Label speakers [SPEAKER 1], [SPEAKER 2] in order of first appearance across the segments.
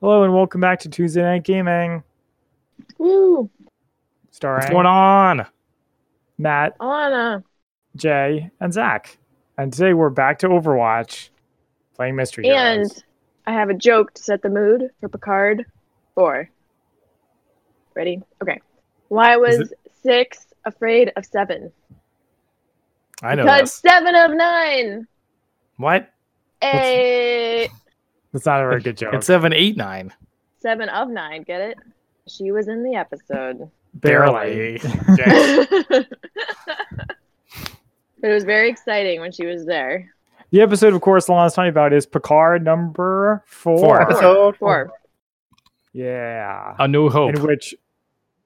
[SPEAKER 1] Hello and welcome back to Tuesday Night Gaming,
[SPEAKER 2] Woo!
[SPEAKER 1] starring
[SPEAKER 3] What's going on?
[SPEAKER 1] Matt,
[SPEAKER 2] Anna.
[SPEAKER 1] Jay, and Zach. And today we're back to Overwatch, playing Mystery
[SPEAKER 2] And
[SPEAKER 1] Heroes.
[SPEAKER 2] I have a joke to set the mood for Picard 4. Ready? Okay. Why
[SPEAKER 1] Is
[SPEAKER 2] was six afraid of seven?
[SPEAKER 3] I know
[SPEAKER 2] Because
[SPEAKER 3] this.
[SPEAKER 2] seven of nine.
[SPEAKER 3] What?
[SPEAKER 2] A
[SPEAKER 1] That's not a very good joke.
[SPEAKER 3] It's seven eight nine.
[SPEAKER 2] seven of nine. Get it? She was in the episode.
[SPEAKER 1] barely.
[SPEAKER 3] Okay.
[SPEAKER 2] but it was very exciting when she was there.
[SPEAKER 1] The episode, of course, Lana's talking about is Picard number four.
[SPEAKER 3] Four.
[SPEAKER 2] Episode Four.
[SPEAKER 1] Yeah.
[SPEAKER 3] A new hope.
[SPEAKER 1] In which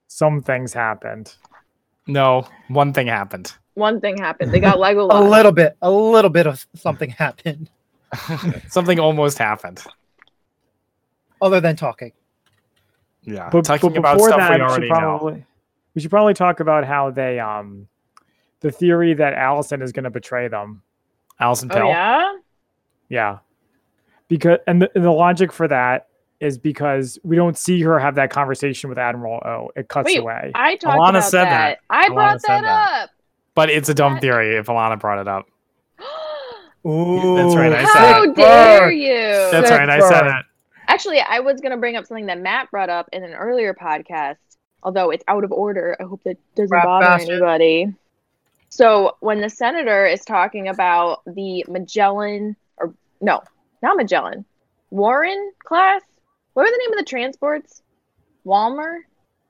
[SPEAKER 1] some things happened.
[SPEAKER 3] no, one thing happened.
[SPEAKER 2] One thing happened. They got Legolas.
[SPEAKER 4] a little bit a little bit of something happened
[SPEAKER 3] Something almost happened.
[SPEAKER 4] other than talking
[SPEAKER 3] Yeah,
[SPEAKER 1] But,
[SPEAKER 3] Uh, talking
[SPEAKER 1] but
[SPEAKER 3] about
[SPEAKER 1] before
[SPEAKER 3] stuff
[SPEAKER 1] that,
[SPEAKER 3] we
[SPEAKER 1] should
[SPEAKER 3] already know.
[SPEAKER 1] probably, We should probably talk about how they, um, the theory that Allison is going to betray them.
[SPEAKER 3] Allison
[SPEAKER 2] oh,
[SPEAKER 3] Pell.
[SPEAKER 2] yeah?
[SPEAKER 1] Yeah. Because and the, and the logic for that is because we don't see her have that conversation with Admiral O. It cuts
[SPEAKER 2] Wait,
[SPEAKER 1] away.
[SPEAKER 2] I talked
[SPEAKER 3] Alana
[SPEAKER 2] about
[SPEAKER 3] said
[SPEAKER 2] that.
[SPEAKER 3] that.
[SPEAKER 2] I
[SPEAKER 3] Alana
[SPEAKER 2] brought that
[SPEAKER 3] said that.
[SPEAKER 2] up.
[SPEAKER 3] But it's a dumb
[SPEAKER 2] That-
[SPEAKER 3] theory if Alana brought it up.
[SPEAKER 4] Ooh,
[SPEAKER 3] right, I said
[SPEAKER 2] How
[SPEAKER 4] sick
[SPEAKER 2] dare
[SPEAKER 4] burn.
[SPEAKER 2] you?
[SPEAKER 3] That's
[SPEAKER 4] Sick
[SPEAKER 3] right. I said
[SPEAKER 4] burn.
[SPEAKER 3] it.
[SPEAKER 2] Actually, I was going to bring up something that Matt brought up in an earlier podcast, although it's out of order. I hope that doesn't
[SPEAKER 4] Crap
[SPEAKER 2] bother
[SPEAKER 4] bastard.
[SPEAKER 2] anybody. So, when the senator is talking about the Magellan, or no, not Magellan, Warren class, what were the name of the transports? Walmer?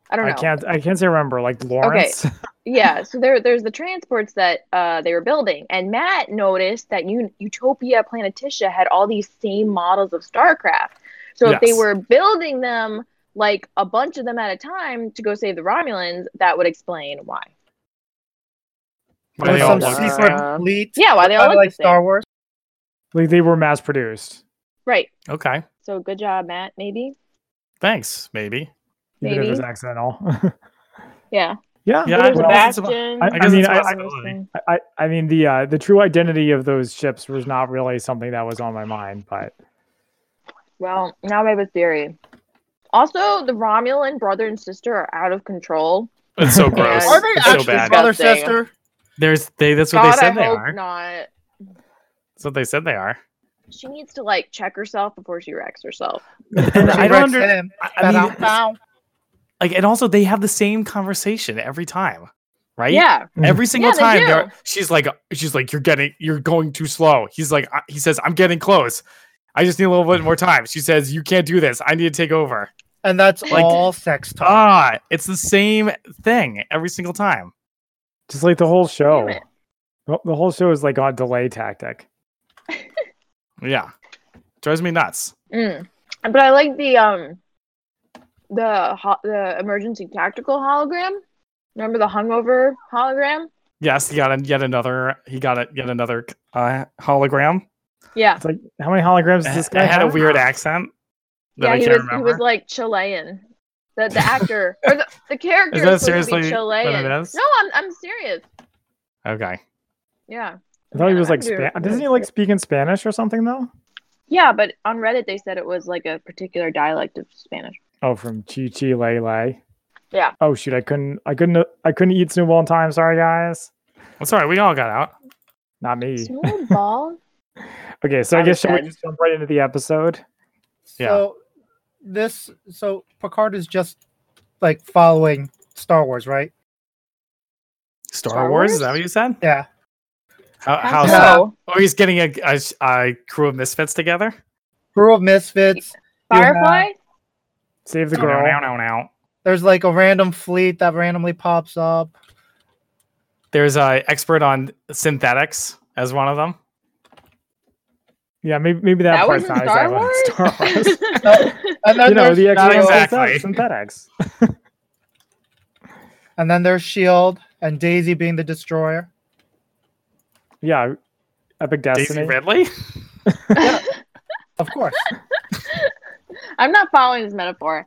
[SPEAKER 2] I don't
[SPEAKER 1] I
[SPEAKER 2] know.
[SPEAKER 1] can't. I can't say remember. Like Lawrence.
[SPEAKER 2] yeah so there there's the transports that uh they were building and matt noticed that U- utopia planetitia had all these same models of starcraft so if they
[SPEAKER 3] Yes.
[SPEAKER 2] were building them like a bunch of them at a time to go save the romulans that would explain why
[SPEAKER 3] Why
[SPEAKER 4] With
[SPEAKER 3] they all
[SPEAKER 4] some
[SPEAKER 3] look the
[SPEAKER 4] secret
[SPEAKER 3] same.
[SPEAKER 2] same.
[SPEAKER 4] fleet
[SPEAKER 2] yeah why they all
[SPEAKER 4] kinda
[SPEAKER 2] look
[SPEAKER 4] like
[SPEAKER 2] the same.
[SPEAKER 4] star wars
[SPEAKER 1] Like they were mass produced.
[SPEAKER 2] right
[SPEAKER 3] Okay.
[SPEAKER 2] so good job matt maybe
[SPEAKER 3] Thanks. Maybe.
[SPEAKER 1] Even if it was
[SPEAKER 2] Maybe.
[SPEAKER 1] accidental.
[SPEAKER 2] yeah,
[SPEAKER 1] yeah.
[SPEAKER 2] But
[SPEAKER 3] Yeah, I-
[SPEAKER 2] there's
[SPEAKER 3] well, it's about-
[SPEAKER 2] Bastion.
[SPEAKER 1] I- I
[SPEAKER 3] guess
[SPEAKER 1] mean,
[SPEAKER 3] it's
[SPEAKER 1] I- I-
[SPEAKER 3] possibility.
[SPEAKER 1] I- I, I mean the uh, the true identity of those ships was not really something that was on my mind, but
[SPEAKER 2] Well, now I have a theory. Also, the Romulan brother and sister are out of control.
[SPEAKER 3] It's so gross.
[SPEAKER 2] Are they
[SPEAKER 3] It's so
[SPEAKER 2] actually
[SPEAKER 3] bad.
[SPEAKER 2] smart? Disgusting.
[SPEAKER 3] There's they. That's what
[SPEAKER 2] God,
[SPEAKER 3] they said
[SPEAKER 2] I
[SPEAKER 3] they
[SPEAKER 2] hope
[SPEAKER 3] are.
[SPEAKER 2] not.
[SPEAKER 3] That's what they said they are.
[SPEAKER 2] She needs to like check herself before she wrecks herself.
[SPEAKER 3] And I don't
[SPEAKER 4] T-Rex
[SPEAKER 3] under,
[SPEAKER 4] him.
[SPEAKER 3] I- I mean,
[SPEAKER 4] Ba-dum-bum.
[SPEAKER 3] like, and also they have the same conversation every time, right?
[SPEAKER 2] Yeah.
[SPEAKER 3] Every single
[SPEAKER 2] they
[SPEAKER 3] time,
[SPEAKER 2] do.
[SPEAKER 3] they're- she's like, she's like, you're getting, you're going too slow. He's like, I, he says, I'm getting close. I just need a little bit more time. She says, you can't do this. I need to take over.
[SPEAKER 4] and that's
[SPEAKER 3] Like-
[SPEAKER 4] all sex talk
[SPEAKER 3] Ah, it's the same thing every single time.
[SPEAKER 1] just like the whole show,
[SPEAKER 2] it.
[SPEAKER 1] the the whole show is like on delay tactic.
[SPEAKER 3] Yeah, drives me nuts.
[SPEAKER 2] Mm. But I like the um the ho- the emergency tactical hologram. Remember the hungover hologram?
[SPEAKER 3] Yes, he got an- yet another. He got a, yet another uh, hologram.
[SPEAKER 2] Yeah.
[SPEAKER 1] It's like how many holograms does this guy
[SPEAKER 3] I had a
[SPEAKER 1] have?
[SPEAKER 3] weird accent that
[SPEAKER 2] Uh, uh-huh. yeah,
[SPEAKER 3] I
[SPEAKER 2] he
[SPEAKER 3] can't
[SPEAKER 2] was
[SPEAKER 3] remember.
[SPEAKER 2] he was like Chilean. The the actor or the, the character
[SPEAKER 3] Is that
[SPEAKER 2] supposed to be
[SPEAKER 3] seriously what it
[SPEAKER 2] Chilean.
[SPEAKER 3] is?
[SPEAKER 2] No, I'm I'm serious.
[SPEAKER 3] okay,
[SPEAKER 2] Yeah.
[SPEAKER 1] I thought he
[SPEAKER 2] Yeah,
[SPEAKER 1] was
[SPEAKER 2] I
[SPEAKER 1] like,
[SPEAKER 2] do
[SPEAKER 1] Spa-
[SPEAKER 2] remember.
[SPEAKER 1] doesn't he like speak in Spanish or something though?
[SPEAKER 2] Yeah, but on Reddit they said it was like a particular dialect of Spanish.
[SPEAKER 1] Oh, from Chi Chi Lele.
[SPEAKER 2] Yeah.
[SPEAKER 1] Oh shoot, I couldn't, I couldn't, I couldn't eat snowball in time. Sorry guys,
[SPEAKER 3] that's all right. We all got out.
[SPEAKER 1] not me.
[SPEAKER 2] Small ball.
[SPEAKER 1] Okay, so I,
[SPEAKER 2] I
[SPEAKER 1] guess
[SPEAKER 2] was
[SPEAKER 1] should we
[SPEAKER 2] dead.
[SPEAKER 1] just jump right into the episode?
[SPEAKER 3] Yeah.
[SPEAKER 4] so this so picard is just like following star wars right
[SPEAKER 3] Star,
[SPEAKER 2] Star Wars?
[SPEAKER 3] Wars? Is that what you said? Uh,
[SPEAKER 4] yeah
[SPEAKER 3] How,
[SPEAKER 2] How
[SPEAKER 3] how's
[SPEAKER 4] so?
[SPEAKER 3] that?
[SPEAKER 2] so?
[SPEAKER 3] Oh, he's getting a, a, a crew of misfits together.
[SPEAKER 4] crew of misfits You have-
[SPEAKER 2] Firefly?
[SPEAKER 1] Save the
[SPEAKER 3] No, no,
[SPEAKER 1] girl.
[SPEAKER 3] no, no.
[SPEAKER 4] there's like a random fleet that randomly pops up
[SPEAKER 3] There's a expert on synthetics as one of them.
[SPEAKER 1] Yeah, maybe maybe that,
[SPEAKER 2] That,
[SPEAKER 1] part's
[SPEAKER 2] was in
[SPEAKER 1] not
[SPEAKER 2] Star
[SPEAKER 1] exactly
[SPEAKER 2] Wars?
[SPEAKER 1] Star Wars.
[SPEAKER 4] and then
[SPEAKER 1] you know
[SPEAKER 4] there's
[SPEAKER 1] the
[SPEAKER 4] Shadow,
[SPEAKER 1] X-Men synth-
[SPEAKER 3] Exactly.
[SPEAKER 1] synthetics.
[SPEAKER 4] and then there's shield E and daisy being the destroyer
[SPEAKER 1] Yeah, Epic
[SPEAKER 3] Daisy
[SPEAKER 1] Destiny.
[SPEAKER 3] Ridley.
[SPEAKER 4] of course
[SPEAKER 2] I'm not following this metaphor.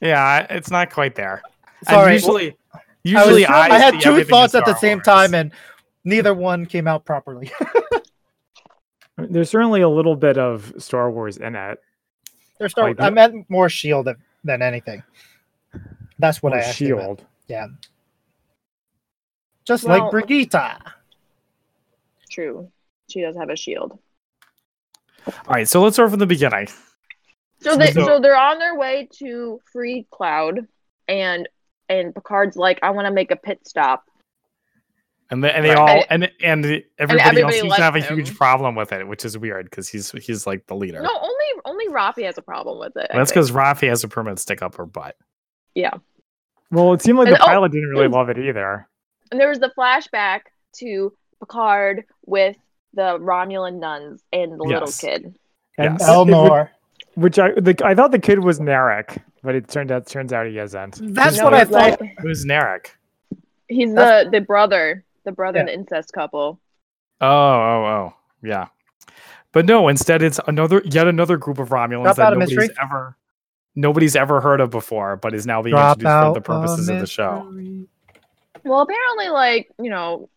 [SPEAKER 3] Yeah, it's not quite there. And
[SPEAKER 4] sorry
[SPEAKER 3] usually,
[SPEAKER 4] I, was-
[SPEAKER 3] usually I,
[SPEAKER 4] I had
[SPEAKER 3] see
[SPEAKER 4] two
[SPEAKER 3] everything in
[SPEAKER 4] thoughts at the
[SPEAKER 3] Star
[SPEAKER 4] same
[SPEAKER 3] Wars.
[SPEAKER 4] time, and neither one came out properly.
[SPEAKER 1] There's certainly a little bit of Star Wars in it.
[SPEAKER 4] They're
[SPEAKER 3] Oh,
[SPEAKER 4] Star.
[SPEAKER 1] Like-
[SPEAKER 4] I meant more Shield than, than anything. That's what
[SPEAKER 1] Or
[SPEAKER 4] I actually
[SPEAKER 3] E
[SPEAKER 4] meant.
[SPEAKER 1] shield.
[SPEAKER 4] Just
[SPEAKER 2] Well-
[SPEAKER 4] like Brigitte.
[SPEAKER 2] True. She does have a shield.
[SPEAKER 3] All right, so let's start from the beginning.
[SPEAKER 2] So they
[SPEAKER 3] So-
[SPEAKER 2] so, they're on their way to free Cloud, and and Picard's like, I want to make a pit stop.
[SPEAKER 3] And the, and they
[SPEAKER 2] Right.
[SPEAKER 3] all and and everybody, else
[SPEAKER 2] everybody
[SPEAKER 3] seems
[SPEAKER 2] likes
[SPEAKER 3] to have a
[SPEAKER 2] him.
[SPEAKER 3] huge problem with it, which is weird because he's he's like the leader.
[SPEAKER 2] No, only only Rafi has a problem with it. I
[SPEAKER 3] That's
[SPEAKER 2] think.
[SPEAKER 3] because Rafi has a permanent stick up her butt.
[SPEAKER 1] Well, it seemed like the
[SPEAKER 2] And- oh,
[SPEAKER 1] pilot didn't really
[SPEAKER 2] mm.
[SPEAKER 1] love it either.
[SPEAKER 2] And there was the flashback to Picard with the Romulan nuns and the little
[SPEAKER 3] Yes.
[SPEAKER 2] kid.
[SPEAKER 1] And
[SPEAKER 3] Yes.
[SPEAKER 1] uh, it would-
[SPEAKER 4] Elnor.
[SPEAKER 1] which I the, I thought the kid was Narek, but it turned out turns out he isn't.
[SPEAKER 4] That's
[SPEAKER 1] No,
[SPEAKER 4] what I
[SPEAKER 2] he's
[SPEAKER 4] thought.
[SPEAKER 2] like-
[SPEAKER 3] Who's Narek?
[SPEAKER 2] he's the
[SPEAKER 4] That's-
[SPEAKER 2] the brother, the brother
[SPEAKER 4] Yeah.
[SPEAKER 2] and the incest couple.
[SPEAKER 3] Oh, oh, oh, yeah. But no, instead it's another yet another group of Romulans
[SPEAKER 4] Drop
[SPEAKER 3] that
[SPEAKER 4] out of
[SPEAKER 3] nobody's
[SPEAKER 4] mystery?
[SPEAKER 3] ever nobody's ever heard of before, but is now being
[SPEAKER 4] Drop
[SPEAKER 3] introduced for
[SPEAKER 4] out
[SPEAKER 3] the purposes of the show.
[SPEAKER 4] mystery.
[SPEAKER 2] Well, apparently, like you know,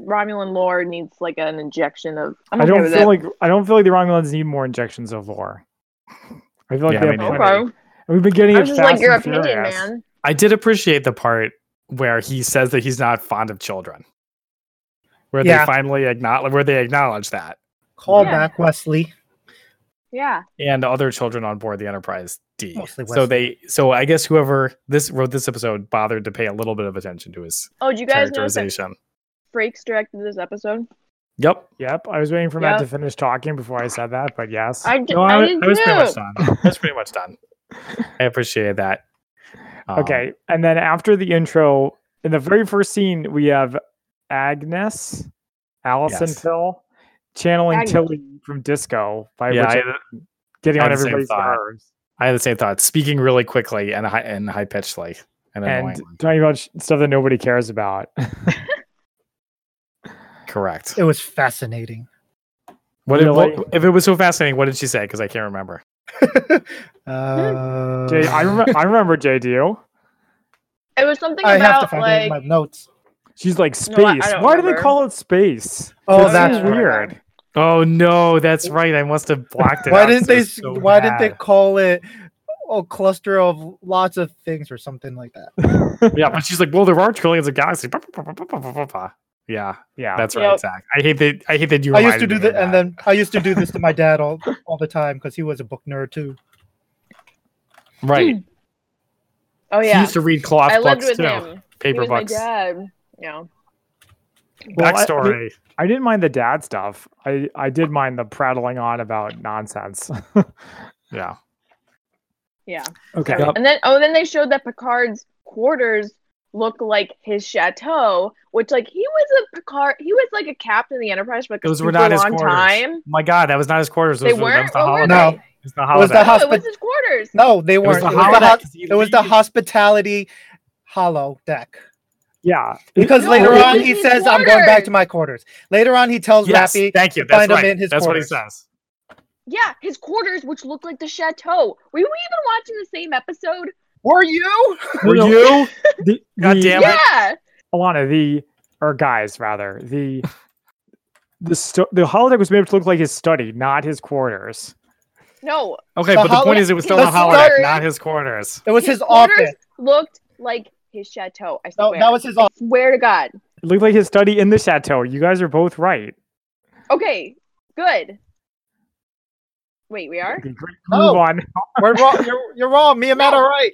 [SPEAKER 2] Romulan lore needs like an injection of. I'm
[SPEAKER 1] I
[SPEAKER 2] okay
[SPEAKER 1] don't
[SPEAKER 2] with
[SPEAKER 1] feel
[SPEAKER 2] it.
[SPEAKER 1] like I don't feel like the Romulans need more injections of lore. I feel like
[SPEAKER 3] Yeah,
[SPEAKER 1] they
[SPEAKER 3] me
[SPEAKER 1] have
[SPEAKER 3] neither.
[SPEAKER 1] plenty.
[SPEAKER 2] okay.
[SPEAKER 1] And we've been getting
[SPEAKER 2] I
[SPEAKER 1] it
[SPEAKER 2] was just
[SPEAKER 1] fast
[SPEAKER 2] like your
[SPEAKER 1] and
[SPEAKER 2] opinion,
[SPEAKER 1] furious.
[SPEAKER 2] man.
[SPEAKER 3] I did appreciate the part where he says that he's not fond of children. Where
[SPEAKER 4] Yeah.
[SPEAKER 3] they finally acknowledge where they acknowledge that.
[SPEAKER 4] Call
[SPEAKER 2] Yeah.
[SPEAKER 4] back Wesley.
[SPEAKER 2] Yeah,
[SPEAKER 3] and other children on board the Enterprise D.
[SPEAKER 4] Mostly
[SPEAKER 3] So
[SPEAKER 4] Western.
[SPEAKER 3] they, so I guess whoever this wrote this episode bothered to pay a little bit of attention to his
[SPEAKER 2] Oh, did you guys know that
[SPEAKER 3] characterization.
[SPEAKER 2] Frakes directed this episode?
[SPEAKER 3] Yep.
[SPEAKER 1] Yep, I was waiting for Matt
[SPEAKER 2] Yeah.
[SPEAKER 1] to finish talking before I said that, but yes.
[SPEAKER 2] I, d-
[SPEAKER 3] No,
[SPEAKER 2] I,
[SPEAKER 3] I, was-
[SPEAKER 2] did
[SPEAKER 3] I was pretty much
[SPEAKER 2] too.
[SPEAKER 3] done. I was pretty much done. I appreciate that. Um,
[SPEAKER 1] okay, and then after the intro, in the very first scene, we have Agnes, Allison
[SPEAKER 3] Yes.
[SPEAKER 1] Till, channeling
[SPEAKER 2] Agnes.
[SPEAKER 1] Tilly from Disco by
[SPEAKER 3] Yeah,
[SPEAKER 1] which
[SPEAKER 3] I,
[SPEAKER 1] getting
[SPEAKER 3] I
[SPEAKER 1] on
[SPEAKER 3] had the same
[SPEAKER 1] everybody's
[SPEAKER 3] thought.
[SPEAKER 1] nerves.
[SPEAKER 3] I had the same thought. Speaking really quickly and high and high pitched, like and,
[SPEAKER 1] and
[SPEAKER 3] annoyingly.
[SPEAKER 1] talking about sh- stuff that nobody cares about.
[SPEAKER 3] correct.
[SPEAKER 4] It was fascinating.
[SPEAKER 3] What,
[SPEAKER 1] really-
[SPEAKER 3] what if it was so fascinating? What did she say? Because I can't remember.
[SPEAKER 2] Hmm.
[SPEAKER 4] uh,
[SPEAKER 1] Jay, I, rem- I remember JDU.
[SPEAKER 2] It was something
[SPEAKER 4] I have to
[SPEAKER 2] about
[SPEAKER 4] find it in
[SPEAKER 2] like
[SPEAKER 4] my notes.
[SPEAKER 1] She's like space.
[SPEAKER 2] No, I- I don't
[SPEAKER 1] Why do they
[SPEAKER 2] remember.
[SPEAKER 1] call it space?
[SPEAKER 4] Oh,
[SPEAKER 1] That
[SPEAKER 4] that's
[SPEAKER 1] seems
[SPEAKER 2] right.
[SPEAKER 1] weird.
[SPEAKER 3] Oh no, that's right. I must have blocked it.
[SPEAKER 4] why
[SPEAKER 3] out
[SPEAKER 4] didn't
[SPEAKER 3] so-
[SPEAKER 4] they?
[SPEAKER 3] so
[SPEAKER 4] why didn't
[SPEAKER 3] bad.
[SPEAKER 4] they call it a cluster of lots of things or something like that?
[SPEAKER 3] Yeah, but she's like, well, there are trillions of galaxies. Bah, bah, bah, bah, bah, bah, bah, bah. Yeah,
[SPEAKER 1] Yeah,
[SPEAKER 3] that's right,
[SPEAKER 2] Yep.
[SPEAKER 3] Zach. I hate that. I hate that you.
[SPEAKER 4] I used to
[SPEAKER 3] reminded
[SPEAKER 4] do
[SPEAKER 3] me
[SPEAKER 4] that,
[SPEAKER 3] of
[SPEAKER 4] and then I used to do this to my dad all all the time because he was a book nerd too.
[SPEAKER 3] right.
[SPEAKER 2] oh
[SPEAKER 3] He
[SPEAKER 2] yeah,
[SPEAKER 3] used to read cloth
[SPEAKER 2] I lived with
[SPEAKER 3] books too,
[SPEAKER 2] him. He
[SPEAKER 3] paper
[SPEAKER 2] was my
[SPEAKER 3] books.
[SPEAKER 2] dad. Yeah,
[SPEAKER 1] Well, I- I,
[SPEAKER 3] Backstory.
[SPEAKER 1] I didn't mind the dad stuff. I, I did mind the prattling on about nonsense.
[SPEAKER 3] yeah.
[SPEAKER 2] yeah.
[SPEAKER 1] okay.
[SPEAKER 3] Yep.
[SPEAKER 2] And then oh, then they showed that Picard's quarters look like his chateau, which like he was a Picard, he was like a captain of the Enterprise for like a
[SPEAKER 3] Those
[SPEAKER 2] super
[SPEAKER 3] were not his
[SPEAKER 2] long
[SPEAKER 3] quarters.
[SPEAKER 2] time.
[SPEAKER 3] My God, that was not his quarters. Those
[SPEAKER 2] They
[SPEAKER 3] were, that was
[SPEAKER 2] weren't.
[SPEAKER 3] the
[SPEAKER 2] What were they?
[SPEAKER 3] holiday.
[SPEAKER 4] No.
[SPEAKER 2] No,
[SPEAKER 3] It was the holiday.
[SPEAKER 4] was the holiday.
[SPEAKER 2] it was his quarters.
[SPEAKER 4] No, they
[SPEAKER 3] It was
[SPEAKER 4] weren't.
[SPEAKER 3] the
[SPEAKER 4] It was the,
[SPEAKER 3] holiday.
[SPEAKER 4] hos- it was the hospitality hollow deck.
[SPEAKER 1] Yeah.
[SPEAKER 4] Because
[SPEAKER 2] No,
[SPEAKER 4] later
[SPEAKER 2] it
[SPEAKER 4] on
[SPEAKER 2] was
[SPEAKER 4] he
[SPEAKER 2] his
[SPEAKER 4] says, "I'm going back
[SPEAKER 2] quarters."
[SPEAKER 4] to my quarters." Later on, he tells
[SPEAKER 3] Yes,
[SPEAKER 4] Rappy,
[SPEAKER 3] thank you.
[SPEAKER 4] to
[SPEAKER 3] That's
[SPEAKER 4] find him
[SPEAKER 3] right.
[SPEAKER 4] in his
[SPEAKER 3] That's
[SPEAKER 4] quarters.
[SPEAKER 3] what he says.
[SPEAKER 2] Yeah, his quarters, which looked like the chateau. Were you even watching the same episode?
[SPEAKER 4] "Were you?"
[SPEAKER 3] Were
[SPEAKER 1] No, no.
[SPEAKER 3] you?
[SPEAKER 1] The,
[SPEAKER 3] God
[SPEAKER 1] the-
[SPEAKER 3] damn it.
[SPEAKER 2] yeah.
[SPEAKER 1] Alana, the or guys rather the the stu- the holodeck was made to look like his study, not his quarters.
[SPEAKER 2] No,
[SPEAKER 3] Okay,
[SPEAKER 4] The
[SPEAKER 3] but the point
[SPEAKER 4] holiday-
[SPEAKER 3] is, it was still
[SPEAKER 4] the
[SPEAKER 3] the holodeck,
[SPEAKER 2] quarters-
[SPEAKER 3] not his quarters.
[SPEAKER 4] It was his,
[SPEAKER 2] quarters
[SPEAKER 4] office.
[SPEAKER 2] looked like his chateau. I
[SPEAKER 4] No,
[SPEAKER 2] swear.
[SPEAKER 4] that was his
[SPEAKER 2] I
[SPEAKER 4] office.
[SPEAKER 2] swear to God.
[SPEAKER 1] It looked like his study in the chateau. You guys are both right.
[SPEAKER 2] Okay, good. Wait, we are?
[SPEAKER 1] Okay, great.
[SPEAKER 4] No.
[SPEAKER 1] Move on.
[SPEAKER 4] We're wrong. You're, you're wrong. Me and Matt are right.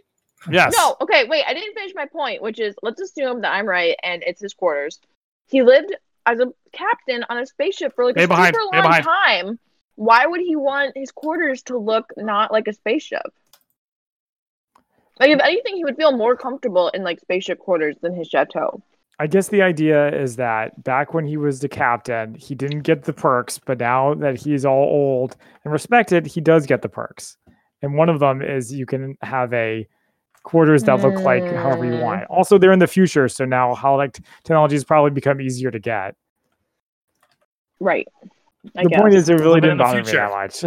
[SPEAKER 3] Yes.
[SPEAKER 2] No, okay, wait, I didn't finish my point, which is let's assume that I'm right and it's his quarters. He lived as a captain on a spaceship for like
[SPEAKER 3] Stay
[SPEAKER 2] a
[SPEAKER 3] behind,
[SPEAKER 2] super
[SPEAKER 3] stay
[SPEAKER 2] long
[SPEAKER 3] behind.
[SPEAKER 2] time. Why would he want his quarters to look not like a spaceship? Like if anything, he would feel more comfortable in like spaceship quarters than his chateau.
[SPEAKER 1] I guess the idea is that back when he was the captain, he didn't get the perks, but now that he's all old and respected, he does get the perks. And one of them is you can have a quarters that look like however you
[SPEAKER 2] Mm.
[SPEAKER 1] want. Also, they're in the future, so now holodeck technology has probably become easier to get.
[SPEAKER 2] Right. I
[SPEAKER 1] the
[SPEAKER 2] guess.
[SPEAKER 1] point is, it really
[SPEAKER 3] Living
[SPEAKER 1] didn't
[SPEAKER 3] in the
[SPEAKER 1] bother me
[SPEAKER 3] future.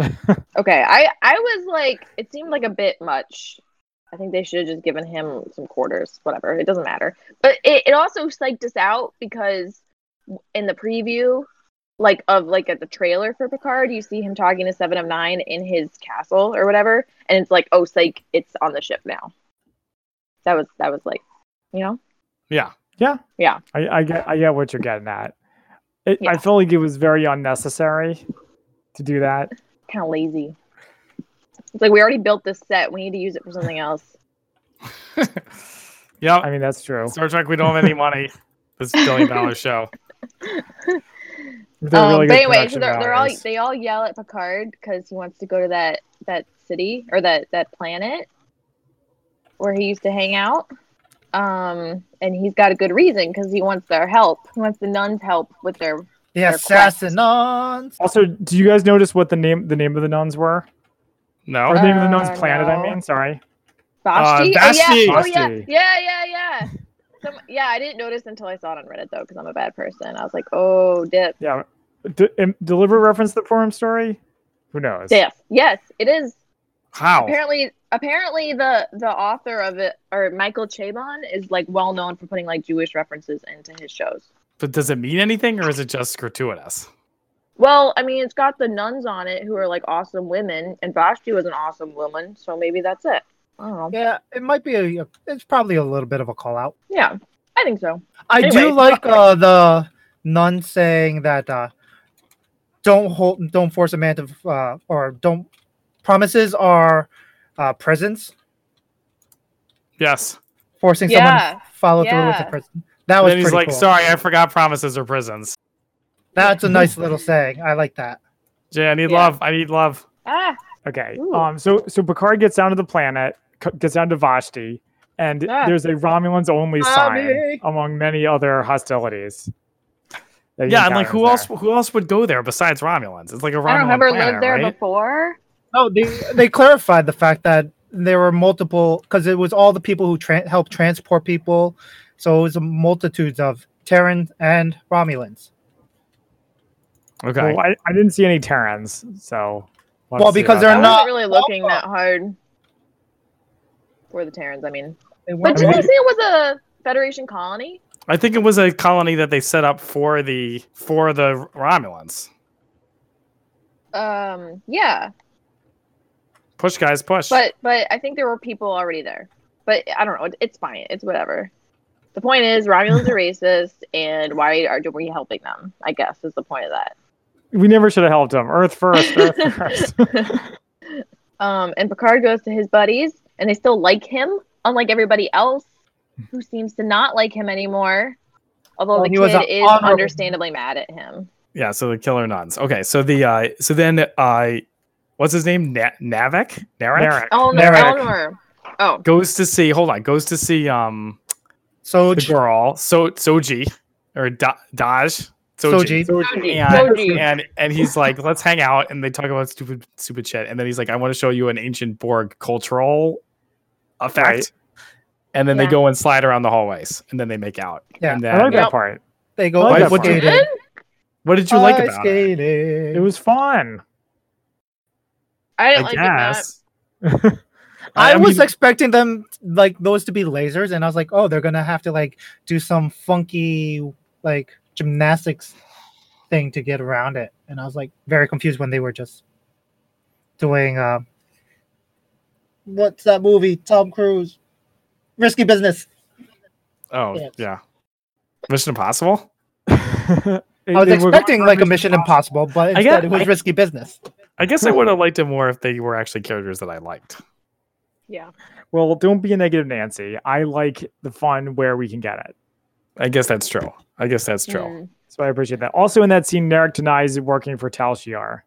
[SPEAKER 1] that much.
[SPEAKER 2] okay, I I was like it seemed like a bit much. I think they should have just given him some quarters, whatever. It doesn't matter. But it, it also psyched us out because in the preview, like of like at the trailer for Picard, you see him talking to Seven of Nine in his castle or whatever, and it's like, oh, psych, it's on the ship now. That was that was like, you know,
[SPEAKER 3] Yeah.
[SPEAKER 1] I, I get I get what you're getting at. It, I
[SPEAKER 2] Yeah.
[SPEAKER 1] feel like it was very unnecessary to do that.
[SPEAKER 2] kind of lazy. It's like we already built this set; we need to use it for something else.
[SPEAKER 3] Yep.
[SPEAKER 1] I mean, that's true.
[SPEAKER 3] Star Trek, we don't have any money. This billion dollar show.
[SPEAKER 1] They're
[SPEAKER 2] um,
[SPEAKER 1] really
[SPEAKER 2] but
[SPEAKER 1] good
[SPEAKER 2] anyway, so
[SPEAKER 1] production
[SPEAKER 2] they're, they're all
[SPEAKER 1] values.
[SPEAKER 2] they all yell at Picard because he wants to go to that that city or that that planet where he used to hang out. Um, and he's got a good reason because he wants their help. He wants the nuns' help with their.
[SPEAKER 1] Uh,
[SPEAKER 4] The
[SPEAKER 2] They're quest.
[SPEAKER 4] assassinons.
[SPEAKER 1] Also, do you guys notice what the name the name of the nuns were?
[SPEAKER 3] No.
[SPEAKER 1] Or the name of the nuns
[SPEAKER 2] Uh,
[SPEAKER 1] planet?
[SPEAKER 2] no.
[SPEAKER 1] I mean, sorry.
[SPEAKER 2] Vashti?
[SPEAKER 3] Vashti!
[SPEAKER 2] Oh, yeah. Oh, yeah.
[SPEAKER 1] Vashti.
[SPEAKER 2] Yeah, yeah, yeah. Some, yeah, I didn't notice until I saw it on Reddit though, because I'm a bad person. I was like, oh, dip.
[SPEAKER 1] Yeah, D- em- deliberate reference to the forum story. Who knows?
[SPEAKER 2] Yes, yes, it is.
[SPEAKER 3] How?
[SPEAKER 2] Apparently, apparently the the author of it, or Michael Chabon, is like well known for putting like Jewish references into his shows.
[SPEAKER 3] But does it mean anything or is it just gratuitous?
[SPEAKER 2] Well, I mean, it's got the nuns on it who are like awesome women, and Vashti was an awesome woman, so maybe that's it. I don't know.
[SPEAKER 4] Yeah, it might be a. It's probably a little bit of a call out.
[SPEAKER 2] Yeah, I think so.
[SPEAKER 4] I
[SPEAKER 2] Anyway.
[SPEAKER 4] do like uh, the nun saying that uh, don't hold, don't force a man to, uh, or don't promises are uh, presents.
[SPEAKER 3] Yes.
[SPEAKER 4] Forcing
[SPEAKER 2] Yeah,
[SPEAKER 4] someone to follow through with
[SPEAKER 2] yeah.
[SPEAKER 4] a present. That was
[SPEAKER 3] then he's
[SPEAKER 4] pretty
[SPEAKER 3] like,
[SPEAKER 4] cool.
[SPEAKER 3] sorry, I forgot promises or prisons.
[SPEAKER 4] That's a nice little saying. I like that.
[SPEAKER 3] Jay, I need
[SPEAKER 2] Yeah.
[SPEAKER 3] love. I need love.
[SPEAKER 2] Ah,
[SPEAKER 1] Okay.
[SPEAKER 2] Ooh.
[SPEAKER 1] Um. So so Picard gets down to the planet, c- gets down to Vashti, and
[SPEAKER 2] Ah.
[SPEAKER 1] there's a Romulans only sign
[SPEAKER 4] Mommy.
[SPEAKER 1] among many other hostilities. that he
[SPEAKER 3] Yeah, and like
[SPEAKER 1] encounters
[SPEAKER 3] who
[SPEAKER 1] there.
[SPEAKER 3] else who else would go there besides Romulans? It's like a Romulan
[SPEAKER 2] I don't ever
[SPEAKER 3] planet,
[SPEAKER 2] lived there
[SPEAKER 3] right?
[SPEAKER 2] before.
[SPEAKER 4] No, they they clarified the fact that there were multiple because it was all the people who tra- helped transport people, so it was a multitudes of Terran and Romulans.
[SPEAKER 3] Okay.
[SPEAKER 1] Well, I, I didn't see any Terrans, so. we'll have to
[SPEAKER 4] Well,
[SPEAKER 1] see
[SPEAKER 4] because
[SPEAKER 1] about
[SPEAKER 4] they're
[SPEAKER 2] I
[SPEAKER 1] that.
[SPEAKER 2] wasn't
[SPEAKER 4] not-
[SPEAKER 2] really looking that hard for the Terrans. I mean,
[SPEAKER 4] They
[SPEAKER 2] but
[SPEAKER 4] weren't-
[SPEAKER 2] did
[SPEAKER 1] mean,
[SPEAKER 2] I say it was a Federation colony?
[SPEAKER 3] I think it was a colony that they set up for the for the Romulans.
[SPEAKER 2] Um, yeah,
[SPEAKER 3] Push guys, push.
[SPEAKER 2] but but I think there were people already there. But I don't know. It, it's fine. It's whatever. The point is, Romulans are racist, and why are we helping them? I guess is the point of that.
[SPEAKER 1] we never should have helped him. Earth first, Earth first.
[SPEAKER 2] um, and Picard goes to his buddies, and they still like him, unlike everybody else who seems to not like him anymore. Although
[SPEAKER 4] Well,
[SPEAKER 2] the
[SPEAKER 4] he was
[SPEAKER 2] kid
[SPEAKER 4] a
[SPEAKER 2] is
[SPEAKER 4] honorable-
[SPEAKER 2] understandably mad at him.
[SPEAKER 3] yeah, so the killer nuns. Okay, so the uh so then uh what's his name? Na- Navek? Narek?
[SPEAKER 1] Narek.
[SPEAKER 2] Elmer,
[SPEAKER 4] Merrick.
[SPEAKER 2] Elmer. Oh,
[SPEAKER 3] Goes to see hold on, goes to see um
[SPEAKER 4] so
[SPEAKER 3] the girl, so Soji or da- Daj.
[SPEAKER 4] Soji.
[SPEAKER 2] Soji.
[SPEAKER 3] And,
[SPEAKER 2] Soji.
[SPEAKER 3] and and he's like, let's hang out, and they talk about stupid stupid shit, and then he's like, I want to show you an ancient Borg cultural effect,
[SPEAKER 1] Right.
[SPEAKER 3] and then
[SPEAKER 2] Yeah.
[SPEAKER 3] they go and slide around the hallways, and then they make out.
[SPEAKER 4] Yeah.
[SPEAKER 3] and
[SPEAKER 1] I like
[SPEAKER 3] then,
[SPEAKER 1] that
[SPEAKER 2] Yep.
[SPEAKER 1] part.
[SPEAKER 4] they go
[SPEAKER 1] Why-
[SPEAKER 4] ice
[SPEAKER 3] what do you-
[SPEAKER 4] skating.
[SPEAKER 3] what did you like
[SPEAKER 4] Ice
[SPEAKER 3] about it?
[SPEAKER 4] skating.
[SPEAKER 1] It was fun.
[SPEAKER 2] I
[SPEAKER 3] I
[SPEAKER 2] didn't like it that.
[SPEAKER 3] guess.
[SPEAKER 4] I,
[SPEAKER 3] I
[SPEAKER 4] was
[SPEAKER 3] mean-
[SPEAKER 4] expecting them like those to be lasers, and I was like, oh, they're gonna have to like do some funky like gymnastics thing to get around it, and I was like very confused when they were just doing uh, what's that movie? Tom Cruise, Risky Business.
[SPEAKER 3] Oh
[SPEAKER 4] Yes.
[SPEAKER 3] yeah, Mission Impossible.
[SPEAKER 1] It-
[SPEAKER 4] I was
[SPEAKER 1] it was
[SPEAKER 4] expecting
[SPEAKER 1] more
[SPEAKER 4] like a
[SPEAKER 1] Mission
[SPEAKER 4] Mission Impossible, but
[SPEAKER 3] I got-
[SPEAKER 4] instead it was
[SPEAKER 3] I-
[SPEAKER 4] Risky Business.
[SPEAKER 3] I guess I would have liked it more if they were actually characters that I liked.
[SPEAKER 2] Yeah.
[SPEAKER 1] Well, don't be a negative Nancy. I like the fun where we can get it.
[SPEAKER 3] I guess that's true. I guess that's true.
[SPEAKER 2] Mm.
[SPEAKER 1] So I appreciate that. Also in that scene, Narek denies working for Tal Shiar.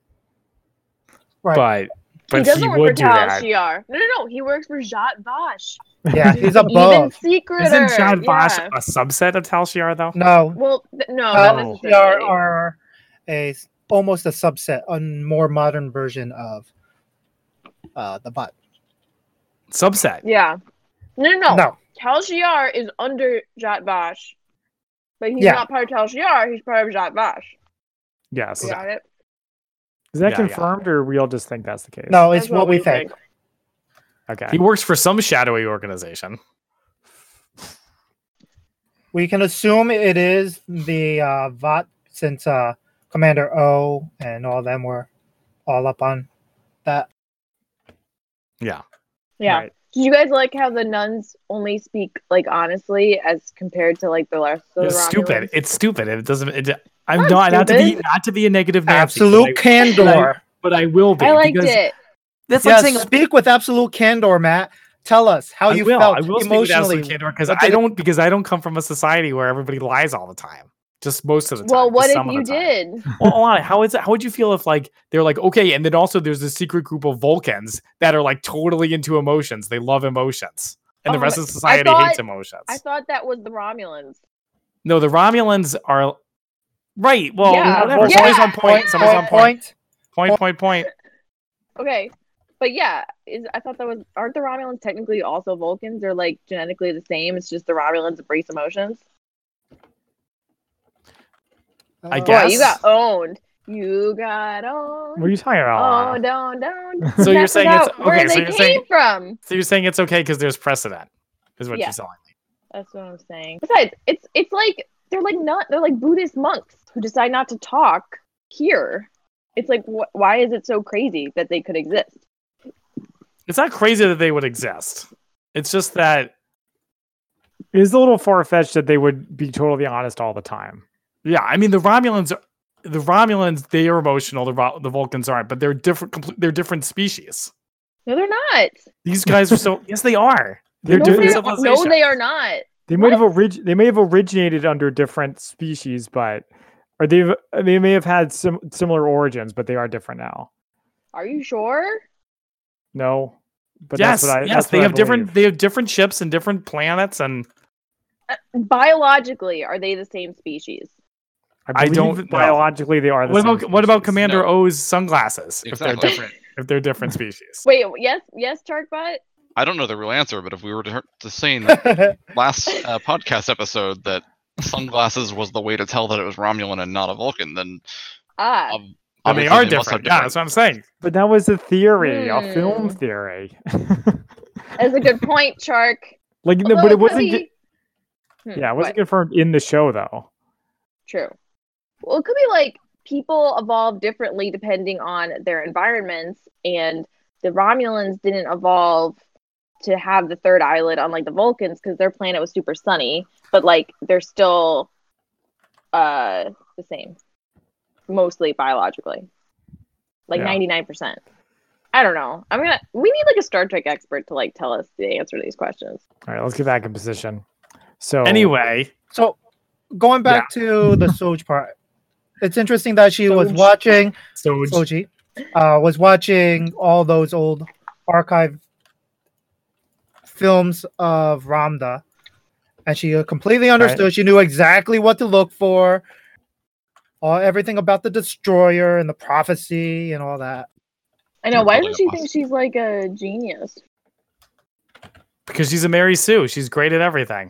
[SPEAKER 4] Right?
[SPEAKER 3] But but
[SPEAKER 2] he
[SPEAKER 3] he,
[SPEAKER 2] doesn't work
[SPEAKER 3] would
[SPEAKER 2] for
[SPEAKER 3] do
[SPEAKER 2] Tal
[SPEAKER 3] that.
[SPEAKER 2] Shiar. No, no, no. He works for Jot Vosh.
[SPEAKER 4] yeah, he's
[SPEAKER 2] Even
[SPEAKER 4] above.
[SPEAKER 2] secreter.
[SPEAKER 3] Isn't John Bosch
[SPEAKER 2] Yeah.
[SPEAKER 3] a subset of Tal Shiar though?
[SPEAKER 4] No,
[SPEAKER 2] Well, th- no, not
[SPEAKER 4] Tal
[SPEAKER 1] Oh.
[SPEAKER 2] necessarily.
[SPEAKER 4] Shiar are a s- almost a subset, a more modern version of uh, the bot.
[SPEAKER 3] Subset.
[SPEAKER 2] Yeah. No, no, no.
[SPEAKER 4] No,
[SPEAKER 2] Tal Shiar is under Jot Vosh, but he's
[SPEAKER 4] Yeah.
[SPEAKER 2] not part of Tal Shiar. He's part of Jot Vosh.
[SPEAKER 1] Yes.
[SPEAKER 2] You Got it?
[SPEAKER 1] Is that
[SPEAKER 3] Yeah, yeah.
[SPEAKER 1] confirmed or we all just think that's the case?
[SPEAKER 4] no,
[SPEAKER 2] That's
[SPEAKER 4] it's what, we think.
[SPEAKER 1] Okay.
[SPEAKER 3] He works for some shadowy organization.
[SPEAKER 4] We can assume it is the uh, Vought since uh, Commander O and all them were all up on that.
[SPEAKER 2] Yeah.
[SPEAKER 1] Right.
[SPEAKER 2] Did you guys like how the nuns only speak like honestly as compared to like the rest of the
[SPEAKER 3] It's stupid.
[SPEAKER 2] Romulans?
[SPEAKER 3] It's stupid. It doesn't. It, I'm
[SPEAKER 2] Not
[SPEAKER 3] not, not to be
[SPEAKER 2] stupid.
[SPEAKER 3] not to be a negative Nancy, but I-
[SPEAKER 4] Absolute candor.
[SPEAKER 3] but I will be.
[SPEAKER 2] I liked
[SPEAKER 3] because
[SPEAKER 2] it.
[SPEAKER 3] That's
[SPEAKER 4] Yeah,
[SPEAKER 3] what I'm saying.
[SPEAKER 4] speak with absolute candor, Matt. Tell us how
[SPEAKER 3] I
[SPEAKER 4] you
[SPEAKER 3] will.
[SPEAKER 4] felt
[SPEAKER 3] I will
[SPEAKER 4] emotionally.
[SPEAKER 3] because
[SPEAKER 4] What
[SPEAKER 3] I
[SPEAKER 4] did-
[SPEAKER 3] don't because I don't come from a society where everybody lies all the time. Just most of the time.
[SPEAKER 2] Well,
[SPEAKER 3] just
[SPEAKER 2] what if
[SPEAKER 3] some of
[SPEAKER 2] you
[SPEAKER 3] the time.
[SPEAKER 2] did?
[SPEAKER 3] Well, Alana, how is it? How would you feel if like they're like okay, and then also there's a secret group of Vulcans that are like totally into emotions. They love emotions, and the
[SPEAKER 2] Oh
[SPEAKER 3] rest
[SPEAKER 2] my-
[SPEAKER 3] of society
[SPEAKER 2] thought-
[SPEAKER 3] hates emotions.
[SPEAKER 2] I thought that was the Romulans.
[SPEAKER 3] no, the Romulans are right. Well,
[SPEAKER 2] Yeah.
[SPEAKER 3] whatever.
[SPEAKER 2] Yeah.
[SPEAKER 3] Somebody's on point.
[SPEAKER 2] Point,
[SPEAKER 3] Somebody's on
[SPEAKER 2] point,
[SPEAKER 3] point. Point. Point. Point.
[SPEAKER 2] Okay. But yeah, is I thought that was aren't the Romulans technically also Vulcans? They're like genetically the same. It's just the Romulans embrace emotions.
[SPEAKER 3] I
[SPEAKER 4] Oh,
[SPEAKER 2] Boy,
[SPEAKER 3] guess.
[SPEAKER 2] you got owned. You got owned.
[SPEAKER 1] What are you talking
[SPEAKER 2] Oh,
[SPEAKER 1] about? Alana?
[SPEAKER 2] don't, don't.
[SPEAKER 3] So you're saying it's-
[SPEAKER 2] where
[SPEAKER 3] okay,
[SPEAKER 2] they
[SPEAKER 3] so you're
[SPEAKER 2] came
[SPEAKER 3] saying-
[SPEAKER 2] from?
[SPEAKER 3] So you're saying it's okay because there's precedent, is what
[SPEAKER 2] Yeah.
[SPEAKER 3] you're saying.
[SPEAKER 2] That's what I'm saying. Besides, it's it's like they're like not they're like Buddhist monks who decide not to talk here. It's like wh- why is it so crazy that they could exist?
[SPEAKER 3] It's not crazy that they would exist. It's just that
[SPEAKER 1] It is a little far fetched that they would be totally honest all the time.
[SPEAKER 3] yeah. I mean, the Romulans, are- the Romulans, they are emotional. The Ro- the Vulcans aren't, but they're different. Complete, they're different species.
[SPEAKER 2] No, they're not.
[SPEAKER 3] These guys are so. yes, they are. They're
[SPEAKER 2] no,
[SPEAKER 1] different
[SPEAKER 2] they're- no, they are not.
[SPEAKER 1] They might have orig- they may have originated under different species, but or they they may have had sim- similar origins, but they are different now.
[SPEAKER 2] Are you sure?
[SPEAKER 1] No, but
[SPEAKER 3] yes,
[SPEAKER 1] that's what I,
[SPEAKER 3] yes,
[SPEAKER 1] that's
[SPEAKER 3] they
[SPEAKER 1] what I
[SPEAKER 3] have different.
[SPEAKER 1] believe.
[SPEAKER 3] They have different ships and different planets, and
[SPEAKER 2] Biologically, are they the same species?
[SPEAKER 1] I,
[SPEAKER 3] I
[SPEAKER 1] believe
[SPEAKER 3] don't know.
[SPEAKER 1] biologically they are. The
[SPEAKER 3] what
[SPEAKER 1] same
[SPEAKER 3] about what about
[SPEAKER 1] species.
[SPEAKER 3] Commander
[SPEAKER 5] No.
[SPEAKER 3] O's sunglasses? If
[SPEAKER 5] Exactly.
[SPEAKER 3] they're different, if they're different species.
[SPEAKER 2] Wait, yes, yes, Charkbot.
[SPEAKER 5] I don't know the real answer, but if we were to, to say in the last uh, podcast episode that sunglasses was the way to tell that it was Romulan and not a Vulcan, then
[SPEAKER 2] Ah,
[SPEAKER 5] ob-
[SPEAKER 3] And they
[SPEAKER 5] obviously
[SPEAKER 3] are
[SPEAKER 5] must have
[SPEAKER 3] different. Yeah, that's what I'm saying.
[SPEAKER 1] But that was a theory, a film
[SPEAKER 2] Hmm.
[SPEAKER 1] theory.
[SPEAKER 2] that's a good point, Chark.
[SPEAKER 1] like, no,
[SPEAKER 2] Although
[SPEAKER 1] but it
[SPEAKER 2] it's
[SPEAKER 1] wasn't.
[SPEAKER 2] really-
[SPEAKER 1] ge-
[SPEAKER 2] Hmm,
[SPEAKER 1] yeah, it
[SPEAKER 2] what?
[SPEAKER 1] wasn't confirmed in the show though.
[SPEAKER 2] True. Well, it could be like people evolve differently depending on their environments, and the Romulans didn't evolve to have the third eyelid, unlike the Vulcans, because their planet was super sunny, but like they're still uh the same, mostly biologically, like
[SPEAKER 1] Yeah.
[SPEAKER 2] ninety nine percent. I don't know. I'm gonna. We need like a Star Trek expert to like tell us the answer to these questions.
[SPEAKER 1] All right, let's get back in position. So
[SPEAKER 3] Anyway,
[SPEAKER 4] so going back to the Soj part, it's interesting that she was
[SPEAKER 2] Soj.
[SPEAKER 4] watching
[SPEAKER 3] so
[SPEAKER 4] Soji uh, was watching all those old archive films of Ramda, and she completely understood. She knew exactly what to look for, all everything about the destroyer and the prophecy and all that.
[SPEAKER 2] I know. Why
[SPEAKER 5] Totally
[SPEAKER 2] doesn't she
[SPEAKER 5] awesome.
[SPEAKER 2] think she's like a genius?
[SPEAKER 3] because she's a Mary Sue, she's great at everything.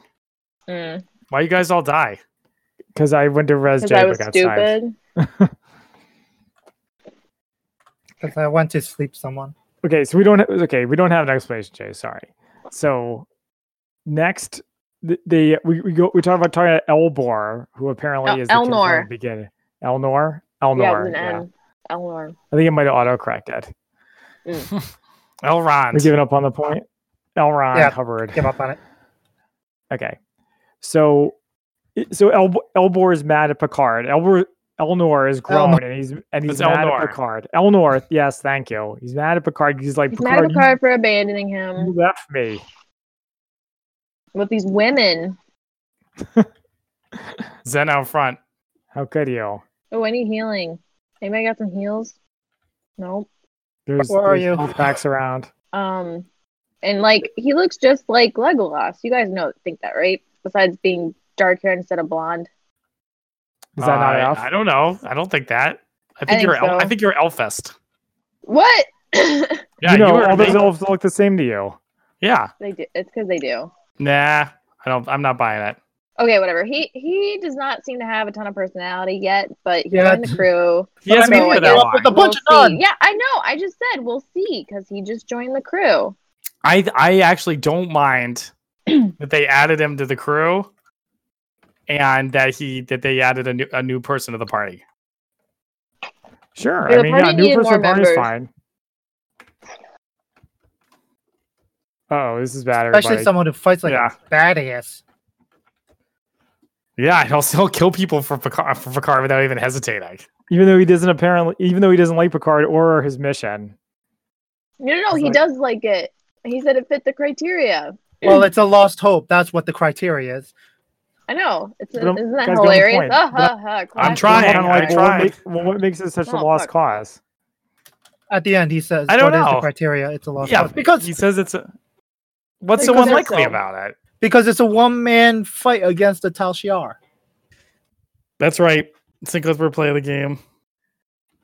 [SPEAKER 3] Why you guys all die?
[SPEAKER 1] because I went to Res
[SPEAKER 2] Because Mm. I
[SPEAKER 1] J
[SPEAKER 2] was
[SPEAKER 1] but got sniped.
[SPEAKER 2] stupid.
[SPEAKER 4] Because I went to sleep someone.
[SPEAKER 1] Okay, so we don't. Ha- okay, we don't have an explanation, Jay. Sorry. So next, th- they we, we go we talk about talking about uh, Elbor, who apparently
[SPEAKER 2] El-
[SPEAKER 1] is the kid from
[SPEAKER 2] Oh, Elnor.
[SPEAKER 1] the beginning. Elnor.
[SPEAKER 2] Yeah, it
[SPEAKER 1] Elnor.
[SPEAKER 2] was an
[SPEAKER 1] yeah.
[SPEAKER 2] N. Elnor.
[SPEAKER 1] I think it might have autocorrected.
[SPEAKER 3] Elrond.
[SPEAKER 1] We're giving up on the point. Elrond
[SPEAKER 4] Yeah.
[SPEAKER 1] Hubbard.
[SPEAKER 4] Give up on it.
[SPEAKER 1] Okay. So i- so El- Elbor is mad at Picard. Elbor Elnor is grown and he's and he's
[SPEAKER 3] It's
[SPEAKER 1] mad
[SPEAKER 3] Elnor.
[SPEAKER 1] at Picard. Elnor, yes, thank you. He's mad at Picard. He's like
[SPEAKER 2] He's mad at
[SPEAKER 1] you-
[SPEAKER 2] Picard for abandoning
[SPEAKER 1] You,
[SPEAKER 2] him
[SPEAKER 1] left me.
[SPEAKER 2] with these women.
[SPEAKER 3] Zen out front.
[SPEAKER 1] How could you?
[SPEAKER 2] Oh, I need healing. Anybody got some heals? Nope.
[SPEAKER 1] There's,
[SPEAKER 4] Where are
[SPEAKER 1] there's
[SPEAKER 4] you?
[SPEAKER 1] health packs around.
[SPEAKER 2] Um, and like he looks just like Legolas. You guys know think that, right? Besides being dark hair instead of blonde.
[SPEAKER 1] Is that not
[SPEAKER 3] Uh,
[SPEAKER 1] enough?
[SPEAKER 3] I don't know. I don't think that. I think,
[SPEAKER 2] think
[SPEAKER 3] you're. El- I
[SPEAKER 2] so.
[SPEAKER 3] think you're Elfest.
[SPEAKER 2] What?
[SPEAKER 3] Yeah,
[SPEAKER 1] you know,
[SPEAKER 3] were
[SPEAKER 1] all those
[SPEAKER 3] amazing.
[SPEAKER 1] elves look the same to you.
[SPEAKER 3] yeah.
[SPEAKER 2] they do. It's because they do.
[SPEAKER 3] Nah. I don't. I'm not buying it.
[SPEAKER 2] Okay, whatever. He he does not seem to have a ton of personality yet, but he's
[SPEAKER 4] Yeah.
[SPEAKER 2] in the crew.
[SPEAKER 3] He has
[SPEAKER 2] I mean,
[SPEAKER 3] been
[SPEAKER 2] like,
[SPEAKER 3] for
[SPEAKER 2] they
[SPEAKER 3] that
[SPEAKER 4] all
[SPEAKER 3] long.
[SPEAKER 4] put the- A bunch of
[SPEAKER 2] We'll see.
[SPEAKER 4] nuns.
[SPEAKER 2] Yeah, I know. I just said we'll see because he just joined the crew.
[SPEAKER 3] I I actually don't mind that they added him to the crew, and that he that they added a new a new person to the party.
[SPEAKER 1] Sure. I
[SPEAKER 2] Yeah, the
[SPEAKER 1] mean,
[SPEAKER 2] party
[SPEAKER 1] yeah, new
[SPEAKER 2] needed more
[SPEAKER 1] person party is
[SPEAKER 2] members.
[SPEAKER 1] fine. Oh, this is bad.
[SPEAKER 4] Especially
[SPEAKER 1] everybody.
[SPEAKER 4] someone who fights like
[SPEAKER 1] Yeah.
[SPEAKER 4] a badass.
[SPEAKER 3] Yeah, and also he'll kill people for Picard, for Picard without even hesitating.
[SPEAKER 1] even though he doesn't apparently, even though he doesn't like Picard or his mission.
[SPEAKER 2] No, no, no.
[SPEAKER 1] It's
[SPEAKER 2] He
[SPEAKER 1] like-
[SPEAKER 2] does like it. He said it fit the criteria.
[SPEAKER 4] Well, it's a lost hope. That's what the criteria is.
[SPEAKER 2] I know. It's
[SPEAKER 1] But I'm-
[SPEAKER 2] isn't that
[SPEAKER 1] guys, but I'm
[SPEAKER 2] hilarious?
[SPEAKER 1] point.
[SPEAKER 2] Ah,
[SPEAKER 1] That-
[SPEAKER 2] ha, ha,
[SPEAKER 3] I'm
[SPEAKER 2] classic.
[SPEAKER 3] trying,
[SPEAKER 1] Kinda
[SPEAKER 3] I
[SPEAKER 1] well, what
[SPEAKER 3] tried.
[SPEAKER 1] make- well, what makes this such a
[SPEAKER 2] Oh,
[SPEAKER 1] lost
[SPEAKER 2] fuck.
[SPEAKER 1] cause?
[SPEAKER 4] At the end, he says,
[SPEAKER 3] I don't
[SPEAKER 4] "What is
[SPEAKER 3] know.
[SPEAKER 4] the criteria? It's a lost
[SPEAKER 3] Yeah,
[SPEAKER 4] hope." Because
[SPEAKER 3] He says it's a, what's so
[SPEAKER 2] Because they're
[SPEAKER 3] unlikely
[SPEAKER 2] so-
[SPEAKER 3] about it?
[SPEAKER 4] because it's a one man fight against the Tal Shiar.
[SPEAKER 3] That's right. Sinclair's were play the game.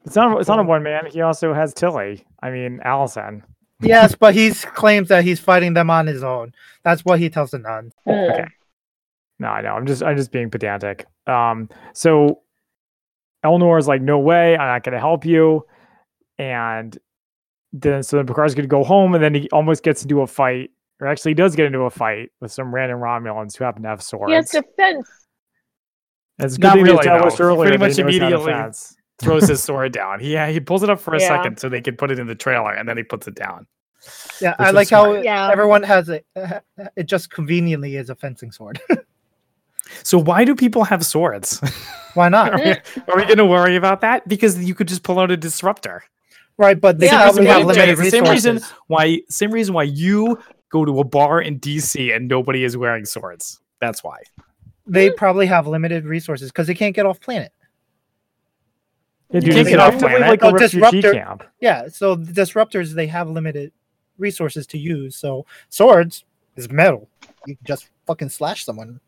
[SPEAKER 1] It's not. It's not a one man. He also has Tilly. I mean, Allison.
[SPEAKER 4] Yes, but he claims that he's fighting them on his own. That's what he tells the nun.
[SPEAKER 2] Mm.
[SPEAKER 1] Okay. No, I know. I'm just. I'm just being pedantic. Um. So, Elnor's like, no way. I'm not going to help you. And then, so then Picard's going to go home, and then he almost gets into a fight, or actually, he does get into a fight with some random Romulans who happen to have swords.
[SPEAKER 2] He has defense.
[SPEAKER 1] It's a
[SPEAKER 3] Not
[SPEAKER 1] good thing we
[SPEAKER 3] really, though.
[SPEAKER 1] established earlier.
[SPEAKER 3] Pretty
[SPEAKER 1] that he
[SPEAKER 3] much
[SPEAKER 1] knows how to
[SPEAKER 3] immediately.
[SPEAKER 1] fence.
[SPEAKER 3] Throws his sword down. He he pulls it up for a
[SPEAKER 2] Yeah.
[SPEAKER 3] second so they can put it in the trailer, and then he puts it down.
[SPEAKER 4] Yeah,
[SPEAKER 3] Which
[SPEAKER 4] I
[SPEAKER 3] is
[SPEAKER 4] like how
[SPEAKER 3] smart.
[SPEAKER 2] Yeah.
[SPEAKER 4] everyone has it. It just conveniently is a fencing sword.
[SPEAKER 3] So why do people have swords?
[SPEAKER 4] Why
[SPEAKER 3] are,
[SPEAKER 4] not?
[SPEAKER 3] we, are we going to worry about that? Because you could just pull out a disruptor.
[SPEAKER 4] Right, but they
[SPEAKER 2] Yeah,
[SPEAKER 4] probably
[SPEAKER 2] but
[SPEAKER 4] have
[SPEAKER 2] it's
[SPEAKER 4] limited
[SPEAKER 3] the
[SPEAKER 4] resources.
[SPEAKER 3] same reason- Why? Same reason why you go to a bar in DC and nobody is wearing swords. That's why.
[SPEAKER 4] They probably have limited resources because they can't get off planet.
[SPEAKER 1] Yeah,
[SPEAKER 3] You
[SPEAKER 1] dude,
[SPEAKER 3] can't
[SPEAKER 1] it's
[SPEAKER 3] get off
[SPEAKER 1] effectively
[SPEAKER 3] planet.
[SPEAKER 1] like a
[SPEAKER 4] Oh,
[SPEAKER 1] refugee
[SPEAKER 4] disruptor.
[SPEAKER 1] camp.
[SPEAKER 4] Yeah, so the disruptors they have limited resources to use. So swords is metal. You can just fucking slash someone.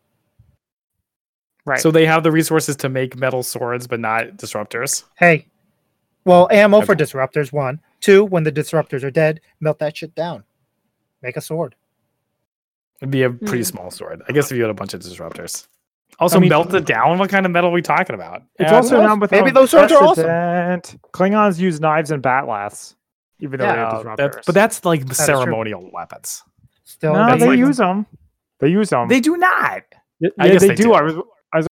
[SPEAKER 1] Right.
[SPEAKER 3] So they have the resources to make metal swords, but not disruptors.
[SPEAKER 4] Hey, well, ammo for disruptors. One, two. When the disruptors are dead, melt that shit down. Make a sword.
[SPEAKER 3] It'd be a pretty
[SPEAKER 2] Hmm.
[SPEAKER 3] small sword, I guess, if you had a bunch of disruptors. Also,
[SPEAKER 1] I mean-
[SPEAKER 3] melt it down. What kind of metal are we talking about?
[SPEAKER 1] It's
[SPEAKER 3] Uh,
[SPEAKER 1] also
[SPEAKER 4] those-
[SPEAKER 1] not without
[SPEAKER 4] maybe those swords are awesome.
[SPEAKER 1] precedent. Klingons use knives and batleths, even though
[SPEAKER 3] uh,
[SPEAKER 1] they're disruptors.
[SPEAKER 3] that's, but that's like
[SPEAKER 4] is true.
[SPEAKER 3] ceremonial weapons.
[SPEAKER 4] Still,
[SPEAKER 1] no,
[SPEAKER 4] that's
[SPEAKER 1] they
[SPEAKER 4] like-
[SPEAKER 1] use them. They use them.
[SPEAKER 3] They do not. I
[SPEAKER 1] yeah,
[SPEAKER 3] guess
[SPEAKER 1] they,
[SPEAKER 3] they
[SPEAKER 1] do.
[SPEAKER 3] do.
[SPEAKER 1] I was I was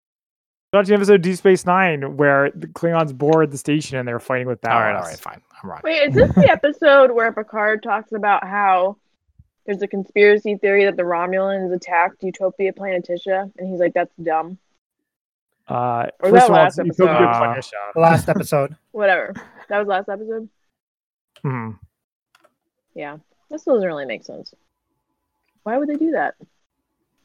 [SPEAKER 1] watching episode of D Space Nine where the Klingons board the station and they're fighting with batleths.
[SPEAKER 3] all right, all right, fine. I'm wrong.
[SPEAKER 2] Wait, is this the episode where Picard talks about how there's a conspiracy theory that the Romulans attacked Utopia Planetitia? And he's like, that's dumb.
[SPEAKER 1] Uh,
[SPEAKER 2] Or
[SPEAKER 1] first
[SPEAKER 2] that
[SPEAKER 1] of all,
[SPEAKER 2] last
[SPEAKER 1] it's
[SPEAKER 2] episode.
[SPEAKER 1] Utopia
[SPEAKER 3] Uh,
[SPEAKER 1] Planitia.
[SPEAKER 4] last episode.
[SPEAKER 2] Whatever. That was last episode?
[SPEAKER 3] Uh.
[SPEAKER 1] Mhm.
[SPEAKER 2] Yeah. This doesn't really make sense. Why would they do that?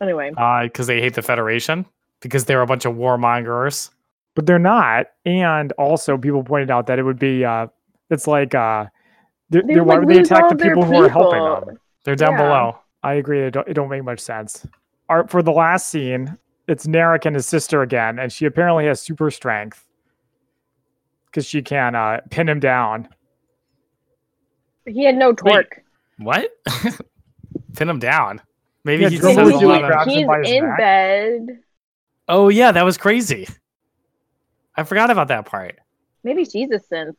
[SPEAKER 2] Anyway.
[SPEAKER 3] because Uh, they hate the Federation because they're a bunch of warmongers.
[SPEAKER 1] but they're not. And also, people pointed out that it would be uh, it's like uh, they're,
[SPEAKER 2] They
[SPEAKER 1] they're-
[SPEAKER 2] would,
[SPEAKER 1] why
[SPEAKER 2] like,
[SPEAKER 1] would they
[SPEAKER 2] lose
[SPEAKER 1] attack
[SPEAKER 2] all
[SPEAKER 1] the
[SPEAKER 2] their
[SPEAKER 1] people, who are helping
[SPEAKER 2] people.
[SPEAKER 1] them?
[SPEAKER 3] They're down
[SPEAKER 2] Yeah.
[SPEAKER 3] below.
[SPEAKER 1] I agree. It don't, it don't make much sense. Art for the last scene, it's Narek and his sister again, and she apparently has super strength because she can uh, pin him down.
[SPEAKER 2] He had no torque.
[SPEAKER 3] What? Pin him down. Maybe
[SPEAKER 1] Yeah,
[SPEAKER 3] he
[SPEAKER 1] Drummer
[SPEAKER 3] just has
[SPEAKER 1] was
[SPEAKER 3] a
[SPEAKER 1] doing
[SPEAKER 3] lot of-
[SPEAKER 1] that. grabs him
[SPEAKER 2] he's
[SPEAKER 1] by his
[SPEAKER 2] in
[SPEAKER 1] neck.
[SPEAKER 2] bed.
[SPEAKER 3] Oh yeah, that was crazy. I forgot about that part.
[SPEAKER 2] Maybe she's a synth.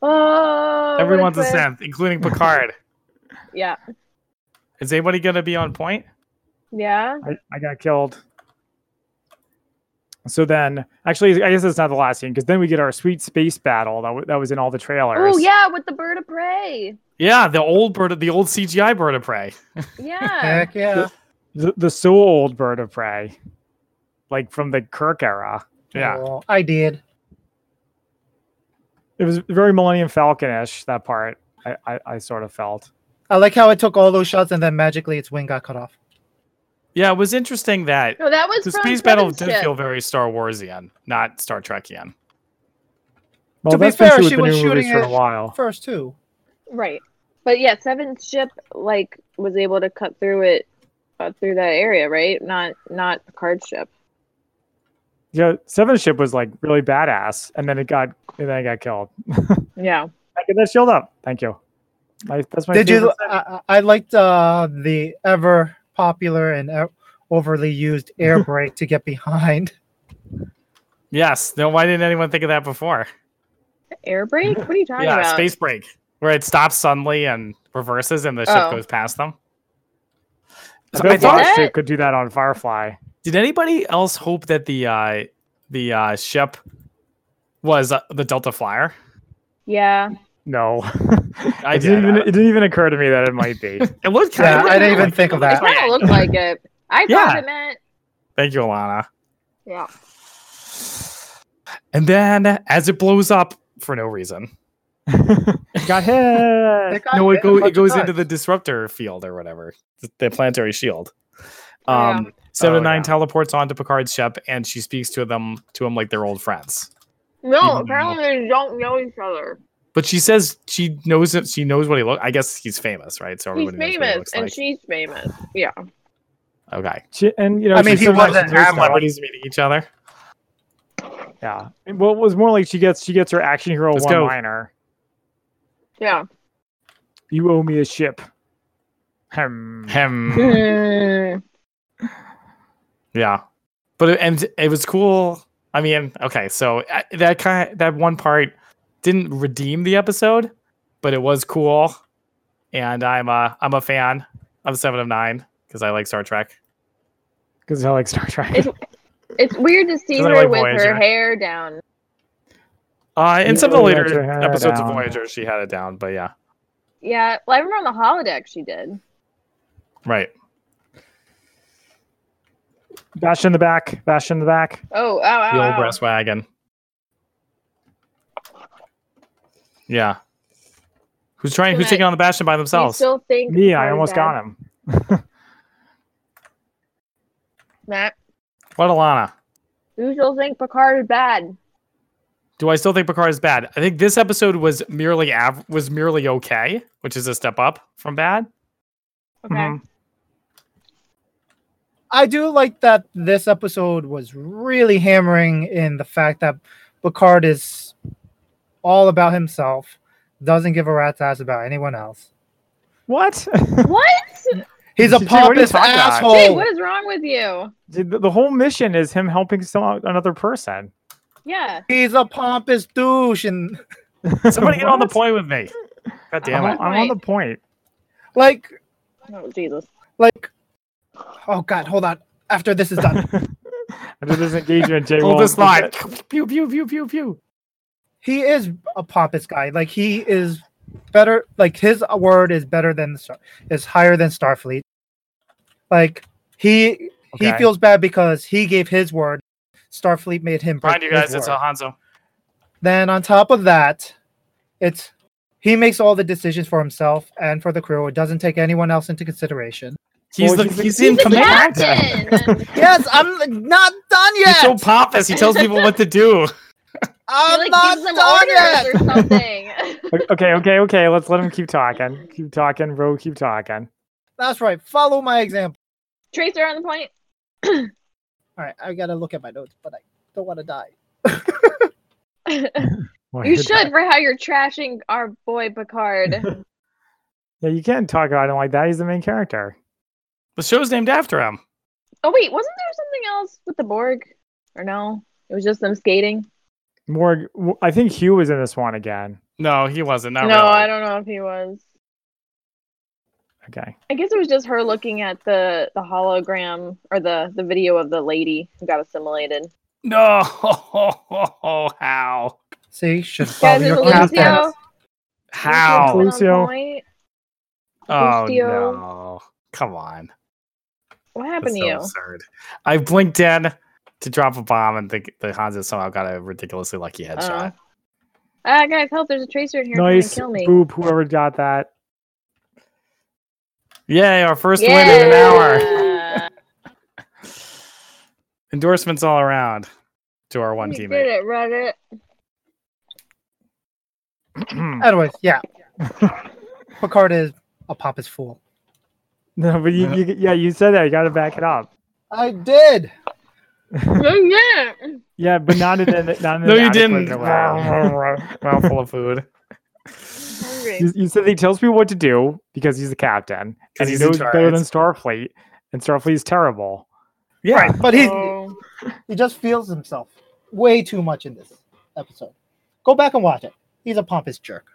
[SPEAKER 2] Oh, what a
[SPEAKER 3] Everyone's a
[SPEAKER 2] twist.
[SPEAKER 3] synth, including Picard.
[SPEAKER 2] Yeah,
[SPEAKER 3] Is anybody gonna be on point?
[SPEAKER 2] yeah.
[SPEAKER 1] I, I got killed. So then, actually, I guess it's not the last scene because then we get our sweet space battle that, w- that was in all the trailers.
[SPEAKER 2] Oh, yeah, with the bird of prey.
[SPEAKER 3] Yeah, the old bird, the old CGI bird of prey.
[SPEAKER 2] Yeah,
[SPEAKER 4] Heck yeah.
[SPEAKER 1] The, the so old bird of prey, like from the Kirk era.
[SPEAKER 3] Yeah,
[SPEAKER 4] Well, I did.
[SPEAKER 1] It was very Millennium Falcon ish, that part. I, I, I sort of felt.
[SPEAKER 4] I like how it took all those shots and then magically its wing got cut off.
[SPEAKER 3] yeah. It was interesting that
[SPEAKER 2] no, that was
[SPEAKER 3] the
[SPEAKER 2] from
[SPEAKER 3] space battle
[SPEAKER 2] Seven's
[SPEAKER 3] did
[SPEAKER 2] ship.
[SPEAKER 3] feel very Star Warsian, not Star Trekian.
[SPEAKER 1] Well,
[SPEAKER 4] To be
[SPEAKER 1] that's been
[SPEAKER 4] fair,
[SPEAKER 1] true with
[SPEAKER 4] she
[SPEAKER 1] the
[SPEAKER 4] was
[SPEAKER 1] new movies
[SPEAKER 4] shooting
[SPEAKER 1] for
[SPEAKER 4] at-
[SPEAKER 1] a while.
[SPEAKER 4] First two.
[SPEAKER 2] right. But yeah, Seven's ship like was able to cut through it, uh, through that area, right? Not not Picard's ship.
[SPEAKER 1] Yeah, Seven Ship was like really badass, and then it got and then it got killed.
[SPEAKER 2] Yeah,
[SPEAKER 1] I get that shield up. Thank you. I, that's my
[SPEAKER 4] Did you?
[SPEAKER 1] favorite thing.
[SPEAKER 4] I, I I liked uh, the ever popular and uh, overly used air brake to get behind.
[SPEAKER 3] Yes. No. Why didn't anyone think of that before?
[SPEAKER 2] air brake. What are you talking
[SPEAKER 3] yeah,
[SPEAKER 2] about?
[SPEAKER 3] space break, where it stops suddenly and reverses, and the ship
[SPEAKER 2] Oh.
[SPEAKER 3] goes past them.
[SPEAKER 1] I
[SPEAKER 3] So
[SPEAKER 1] bet
[SPEAKER 3] I thought,
[SPEAKER 1] Seven
[SPEAKER 2] What?
[SPEAKER 1] Ship could do that on Firefly.
[SPEAKER 3] did anybody else hope that the uh, the uh, ship was uh, the Delta Flyer?
[SPEAKER 2] Yeah.
[SPEAKER 1] No,
[SPEAKER 3] I
[SPEAKER 1] it
[SPEAKER 3] did.
[SPEAKER 1] didn't even it didn't even occur to me that it might be.
[SPEAKER 3] it looked kind
[SPEAKER 4] Yeah,
[SPEAKER 3] of.
[SPEAKER 4] I didn't even think of
[SPEAKER 2] It
[SPEAKER 4] that.
[SPEAKER 2] kind of looked like it. I
[SPEAKER 3] Yeah.
[SPEAKER 2] thought it meant.
[SPEAKER 3] Thank you, Alana.
[SPEAKER 2] Yeah.
[SPEAKER 3] And then as it blows up for no reason,
[SPEAKER 1] Got hit.
[SPEAKER 4] got
[SPEAKER 3] no,
[SPEAKER 4] hit
[SPEAKER 3] it, go,
[SPEAKER 4] a bunch
[SPEAKER 3] it
[SPEAKER 4] of
[SPEAKER 3] goes
[SPEAKER 4] times.
[SPEAKER 3] into the disruptor field or whatever, the, the planetary shield.
[SPEAKER 2] Yeah.
[SPEAKER 3] Um, Seven and
[SPEAKER 4] Oh,
[SPEAKER 3] Nine
[SPEAKER 4] yeah.
[SPEAKER 3] teleports onto Picard's ship, and she speaks to them to him like they're old friends.
[SPEAKER 2] No,
[SPEAKER 5] Mhm.
[SPEAKER 2] apparently they don't know each other.
[SPEAKER 3] But she says she knows it. She knows what he looks. I guess he's famous, right? So
[SPEAKER 2] He's
[SPEAKER 3] everybody knows what he
[SPEAKER 2] famous
[SPEAKER 3] looks
[SPEAKER 2] and
[SPEAKER 3] like.
[SPEAKER 2] she's famous. Yeah.
[SPEAKER 3] okay.
[SPEAKER 1] She- and you know,
[SPEAKER 4] I mean,
[SPEAKER 1] she
[SPEAKER 4] he
[SPEAKER 1] somehow-
[SPEAKER 4] wasn't
[SPEAKER 1] she knows
[SPEAKER 4] Hamlet,
[SPEAKER 1] that.
[SPEAKER 4] but
[SPEAKER 3] Everybody's meeting each other.
[SPEAKER 1] Yeah. And Well, it was more like she gets she gets her action hero
[SPEAKER 3] Let's
[SPEAKER 1] one
[SPEAKER 3] go.
[SPEAKER 1] liner.
[SPEAKER 2] Yeah.
[SPEAKER 1] You owe me a ship. Hmm.
[SPEAKER 3] Him.
[SPEAKER 2] Mm.
[SPEAKER 3] yeah. But it, and it was cool. I mean, okay. So I- that kind of, that one part didn't redeem the episode, but it was cool. And I'm a I'm a fan of Seven of Nine because I like Star Trek.
[SPEAKER 1] Because I like Star Trek.
[SPEAKER 2] It's- It's weird to see
[SPEAKER 3] Doesn't
[SPEAKER 2] her
[SPEAKER 3] like
[SPEAKER 2] with
[SPEAKER 3] Voyager.
[SPEAKER 2] her hair down.
[SPEAKER 3] Uh, in
[SPEAKER 1] You
[SPEAKER 3] some of the
[SPEAKER 1] really let
[SPEAKER 3] later
[SPEAKER 1] your hair
[SPEAKER 3] episodes
[SPEAKER 1] down.
[SPEAKER 3] of Voyager, she had it down. But yeah,
[SPEAKER 2] Yeah, well, I remember on the holodeck she did.
[SPEAKER 3] right.
[SPEAKER 1] Bash in the back. Bash in the back.
[SPEAKER 2] Oh, oh, oh,
[SPEAKER 3] the old
[SPEAKER 2] oh.
[SPEAKER 3] breast wagon. Yeah. Who's trying? Who's
[SPEAKER 2] But
[SPEAKER 3] taking on the Bastion by
[SPEAKER 2] Do you
[SPEAKER 3] themselves?
[SPEAKER 2] still think
[SPEAKER 1] Me, I almost got him.
[SPEAKER 2] Matt,
[SPEAKER 3] What Alana?
[SPEAKER 2] do you still think Picard is bad?
[SPEAKER 3] Do I still think Picard is bad? I think this episode was merely av- was merely okay, which is a step up from bad.
[SPEAKER 2] Okay.
[SPEAKER 1] Mhm.
[SPEAKER 4] I do like that this episode was really hammering in the fact that Picard is all about himself, doesn't give a rat's ass about anyone else.
[SPEAKER 1] What?
[SPEAKER 2] What?
[SPEAKER 4] He's a
[SPEAKER 1] Gee, what are you
[SPEAKER 4] pompous
[SPEAKER 1] talking about?
[SPEAKER 4] asshole.
[SPEAKER 2] Wait, what is wrong with you?
[SPEAKER 1] Dude, the, the whole mission is him helping some another person.
[SPEAKER 2] Yeah.
[SPEAKER 4] He's a pompous douche, and
[SPEAKER 3] Somebody get on the
[SPEAKER 1] What?
[SPEAKER 3] point with me. God damn
[SPEAKER 1] I'm,
[SPEAKER 3] it!
[SPEAKER 1] on- I'm on the point.
[SPEAKER 4] like,
[SPEAKER 2] Oh Jesus.
[SPEAKER 4] like, oh god, hold on. After this is done,
[SPEAKER 1] Under this engagement, Jay
[SPEAKER 3] Hold
[SPEAKER 1] will-
[SPEAKER 3] this line. Pew pew pew pew pew.
[SPEAKER 4] he is a pompous guy. Like, he is better. Like, his word is better than Star- is higher than Starfleet. Like, he he
[SPEAKER 1] Okay.
[SPEAKER 4] feels bad because he gave his word. Starfleet made him break
[SPEAKER 3] Mind you
[SPEAKER 4] his
[SPEAKER 3] guys, it's
[SPEAKER 4] word.
[SPEAKER 3] a Hanzo.
[SPEAKER 4] Then on top of that, it's he makes all the decisions for himself and for the crew. It doesn't take anyone else into consideration.
[SPEAKER 3] He's
[SPEAKER 1] Well,
[SPEAKER 3] the,
[SPEAKER 1] he's the-
[SPEAKER 3] he's
[SPEAKER 1] he's
[SPEAKER 3] in
[SPEAKER 1] the
[SPEAKER 3] command.
[SPEAKER 2] captain.
[SPEAKER 4] Yes, I'm not done yet.
[SPEAKER 3] He's so pompous. He tells people what to do.
[SPEAKER 2] He,
[SPEAKER 4] I'm
[SPEAKER 2] like
[SPEAKER 4] not
[SPEAKER 2] gives them
[SPEAKER 4] done yet.
[SPEAKER 2] orders or something.
[SPEAKER 1] O- Okay, okay, okay. Let's let him keep talking. Keep talking, bro. Keep talking.
[SPEAKER 4] That's right. Follow my example.
[SPEAKER 2] Tracer on the point.
[SPEAKER 4] All right, I gotta look at my notes, but I don't want to die.
[SPEAKER 1] What
[SPEAKER 2] you
[SPEAKER 1] did
[SPEAKER 2] should
[SPEAKER 1] Oh, I-
[SPEAKER 2] for how you're trashing our boy Picard.
[SPEAKER 1] Yeah, you can't talk about him like that. He's the main character.
[SPEAKER 3] The show's named after him.
[SPEAKER 2] oh wait, wasn't there something else with the Borg? Or no? It was just them skating.
[SPEAKER 1] More, w- I think Hugh was in this one again.
[SPEAKER 3] No, he wasn't. Not
[SPEAKER 2] no,
[SPEAKER 3] really.
[SPEAKER 2] I don't know if he was.
[SPEAKER 1] Okay.
[SPEAKER 2] I guess it was just her looking at the the hologram or the the video of the lady who got assimilated.
[SPEAKER 3] No, how?
[SPEAKER 4] See, should follow
[SPEAKER 2] Guys, is
[SPEAKER 4] your
[SPEAKER 2] Lucio?
[SPEAKER 4] captain.
[SPEAKER 3] How?
[SPEAKER 1] Lucio.
[SPEAKER 2] Lucio's been on point?
[SPEAKER 3] Oh
[SPEAKER 2] Lucio.
[SPEAKER 3] no! Come on,
[SPEAKER 2] What
[SPEAKER 3] that's
[SPEAKER 2] happened
[SPEAKER 3] so
[SPEAKER 2] to you?
[SPEAKER 3] absurd. I blinked in to drop a bomb, and the, the Hanzo somehow got a ridiculously lucky
[SPEAKER 2] Uh.
[SPEAKER 3] headshot.
[SPEAKER 2] Ah, guys, help! There's a tracer in here.
[SPEAKER 1] nice
[SPEAKER 2] Nice. Gonna kill me.
[SPEAKER 1] boop. Whoever got that.
[SPEAKER 3] Yay! Our first win in an hour.
[SPEAKER 2] Yeah.
[SPEAKER 3] Endorsements all around to our one
[SPEAKER 2] You
[SPEAKER 3] teammate.
[SPEAKER 2] Did it, Reddit?
[SPEAKER 4] Anyways, yeah. Picard is a pompous fool.
[SPEAKER 1] no, but you, you, yeah, you said that. You got to back it up.
[SPEAKER 4] I did.
[SPEAKER 2] Oh, yeah.
[SPEAKER 1] Yeah, but not in an, not in
[SPEAKER 3] No,
[SPEAKER 1] an
[SPEAKER 3] you
[SPEAKER 1] adequate
[SPEAKER 3] didn't.
[SPEAKER 1] way.
[SPEAKER 3] Mouthful of food.
[SPEAKER 2] Hungry.
[SPEAKER 1] you, you said that he tells people what to do because he's the captain and he
[SPEAKER 3] he's in
[SPEAKER 1] knows better
[SPEAKER 3] charge.
[SPEAKER 1] than Starfleet, and Starfleet is terrible.
[SPEAKER 3] Yeah,
[SPEAKER 4] Right, but he
[SPEAKER 2] Oh.
[SPEAKER 4] he just feels himself way too much in this episode. Go back and watch it. He's a pompous jerk.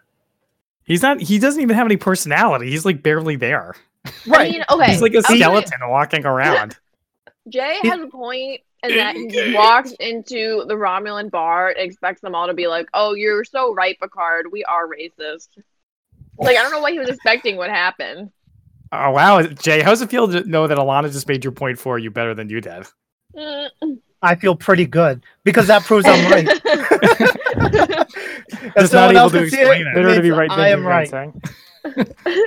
[SPEAKER 3] he's not. He doesn't even have any personality. He's like barely there.
[SPEAKER 2] I mean, okay.
[SPEAKER 3] He's like a
[SPEAKER 2] I'll tell you-
[SPEAKER 3] skeleton walking around.
[SPEAKER 2] Jay
[SPEAKER 4] He-
[SPEAKER 2] has a point and then he just walks into the Romulan bar and expects them all to be like, "Oh, you're so right, Picard. We are racist." Like I don't know what he was expecting would happen.
[SPEAKER 3] Oh wow, Jay, how's it feel to know that Alana just made your point for you better than you did?
[SPEAKER 2] Mm.
[SPEAKER 4] I feel pretty good because that proves I'm right. If
[SPEAKER 3] Just
[SPEAKER 4] someone
[SPEAKER 3] not able
[SPEAKER 4] else
[SPEAKER 3] to
[SPEAKER 4] can see
[SPEAKER 3] explain it.
[SPEAKER 1] Better to be
[SPEAKER 4] means
[SPEAKER 1] right than
[SPEAKER 4] I am
[SPEAKER 1] you're right.
[SPEAKER 4] right.
[SPEAKER 1] saying.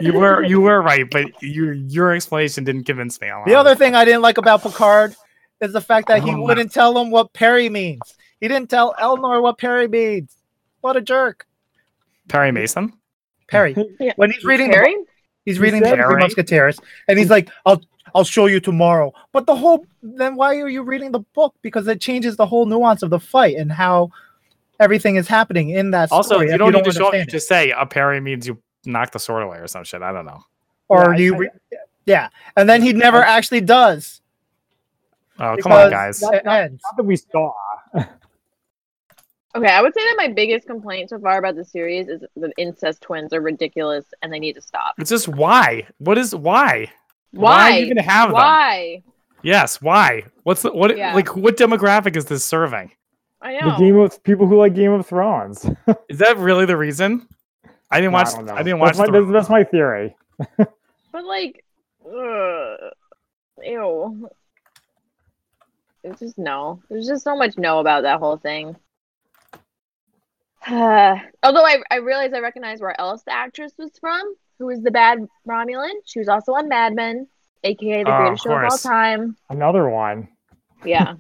[SPEAKER 3] You were you were right, but your your explanation didn't convince me. Alana.
[SPEAKER 4] The other thing I didn't like about Picard is the fact that he
[SPEAKER 3] Oh.
[SPEAKER 4] wouldn't tell him what Perry means. He didn't tell Elnor what Perry means. What a jerk.
[SPEAKER 3] Perry Mason.
[SPEAKER 4] Perry.
[SPEAKER 2] Yeah.
[SPEAKER 4] When he's reading the
[SPEAKER 2] Harry?
[SPEAKER 4] He's reading
[SPEAKER 1] said
[SPEAKER 4] the Three
[SPEAKER 3] Harry.
[SPEAKER 4] Musketeers, and he's like, "I'll I'll show you tomorrow." But the whole then why are you reading the book? Because it changes the whole nuance of the fight and how everything is happening in that.
[SPEAKER 3] Also,
[SPEAKER 4] story if
[SPEAKER 3] you don't, need to show up. You
[SPEAKER 4] understand it.
[SPEAKER 3] just say a parry means you knock the sword away or some shit. I don't know.
[SPEAKER 4] or
[SPEAKER 1] Yeah,
[SPEAKER 4] you,
[SPEAKER 1] I-
[SPEAKER 4] re- yeah. And then he never actually does.
[SPEAKER 3] Oh come on, guys.
[SPEAKER 4] because That ends.
[SPEAKER 1] Not that we saw.
[SPEAKER 2] Okay, I would say that my biggest complaint so far about the series is the incest twins are ridiculous and they need to stop.
[SPEAKER 3] It's just why? What is why?
[SPEAKER 2] Why?
[SPEAKER 3] even have them?
[SPEAKER 2] Why?
[SPEAKER 3] Yes, why? What's the, what?
[SPEAKER 2] Yeah.
[SPEAKER 3] Like, what demographic is this serving?
[SPEAKER 2] I
[SPEAKER 1] The
[SPEAKER 2] know.
[SPEAKER 1] Game of people who like Game of Thrones.
[SPEAKER 3] Is that really the reason? I didn't
[SPEAKER 1] No,
[SPEAKER 3] watch.
[SPEAKER 1] I, don't know.
[SPEAKER 3] I, didn't watch.
[SPEAKER 1] That's my,
[SPEAKER 3] the-
[SPEAKER 1] that's, that's my theory.
[SPEAKER 2] But like, ugh, ew. It's just no. There's just so much no about that whole thing. Although I I realize I recognize where else the actress was from, who is the bad Romulan. She was also on Mad Men, aka the
[SPEAKER 3] Oh, of
[SPEAKER 2] greatest show of all
[SPEAKER 3] course.
[SPEAKER 2] time.
[SPEAKER 1] Another one.
[SPEAKER 2] Yeah.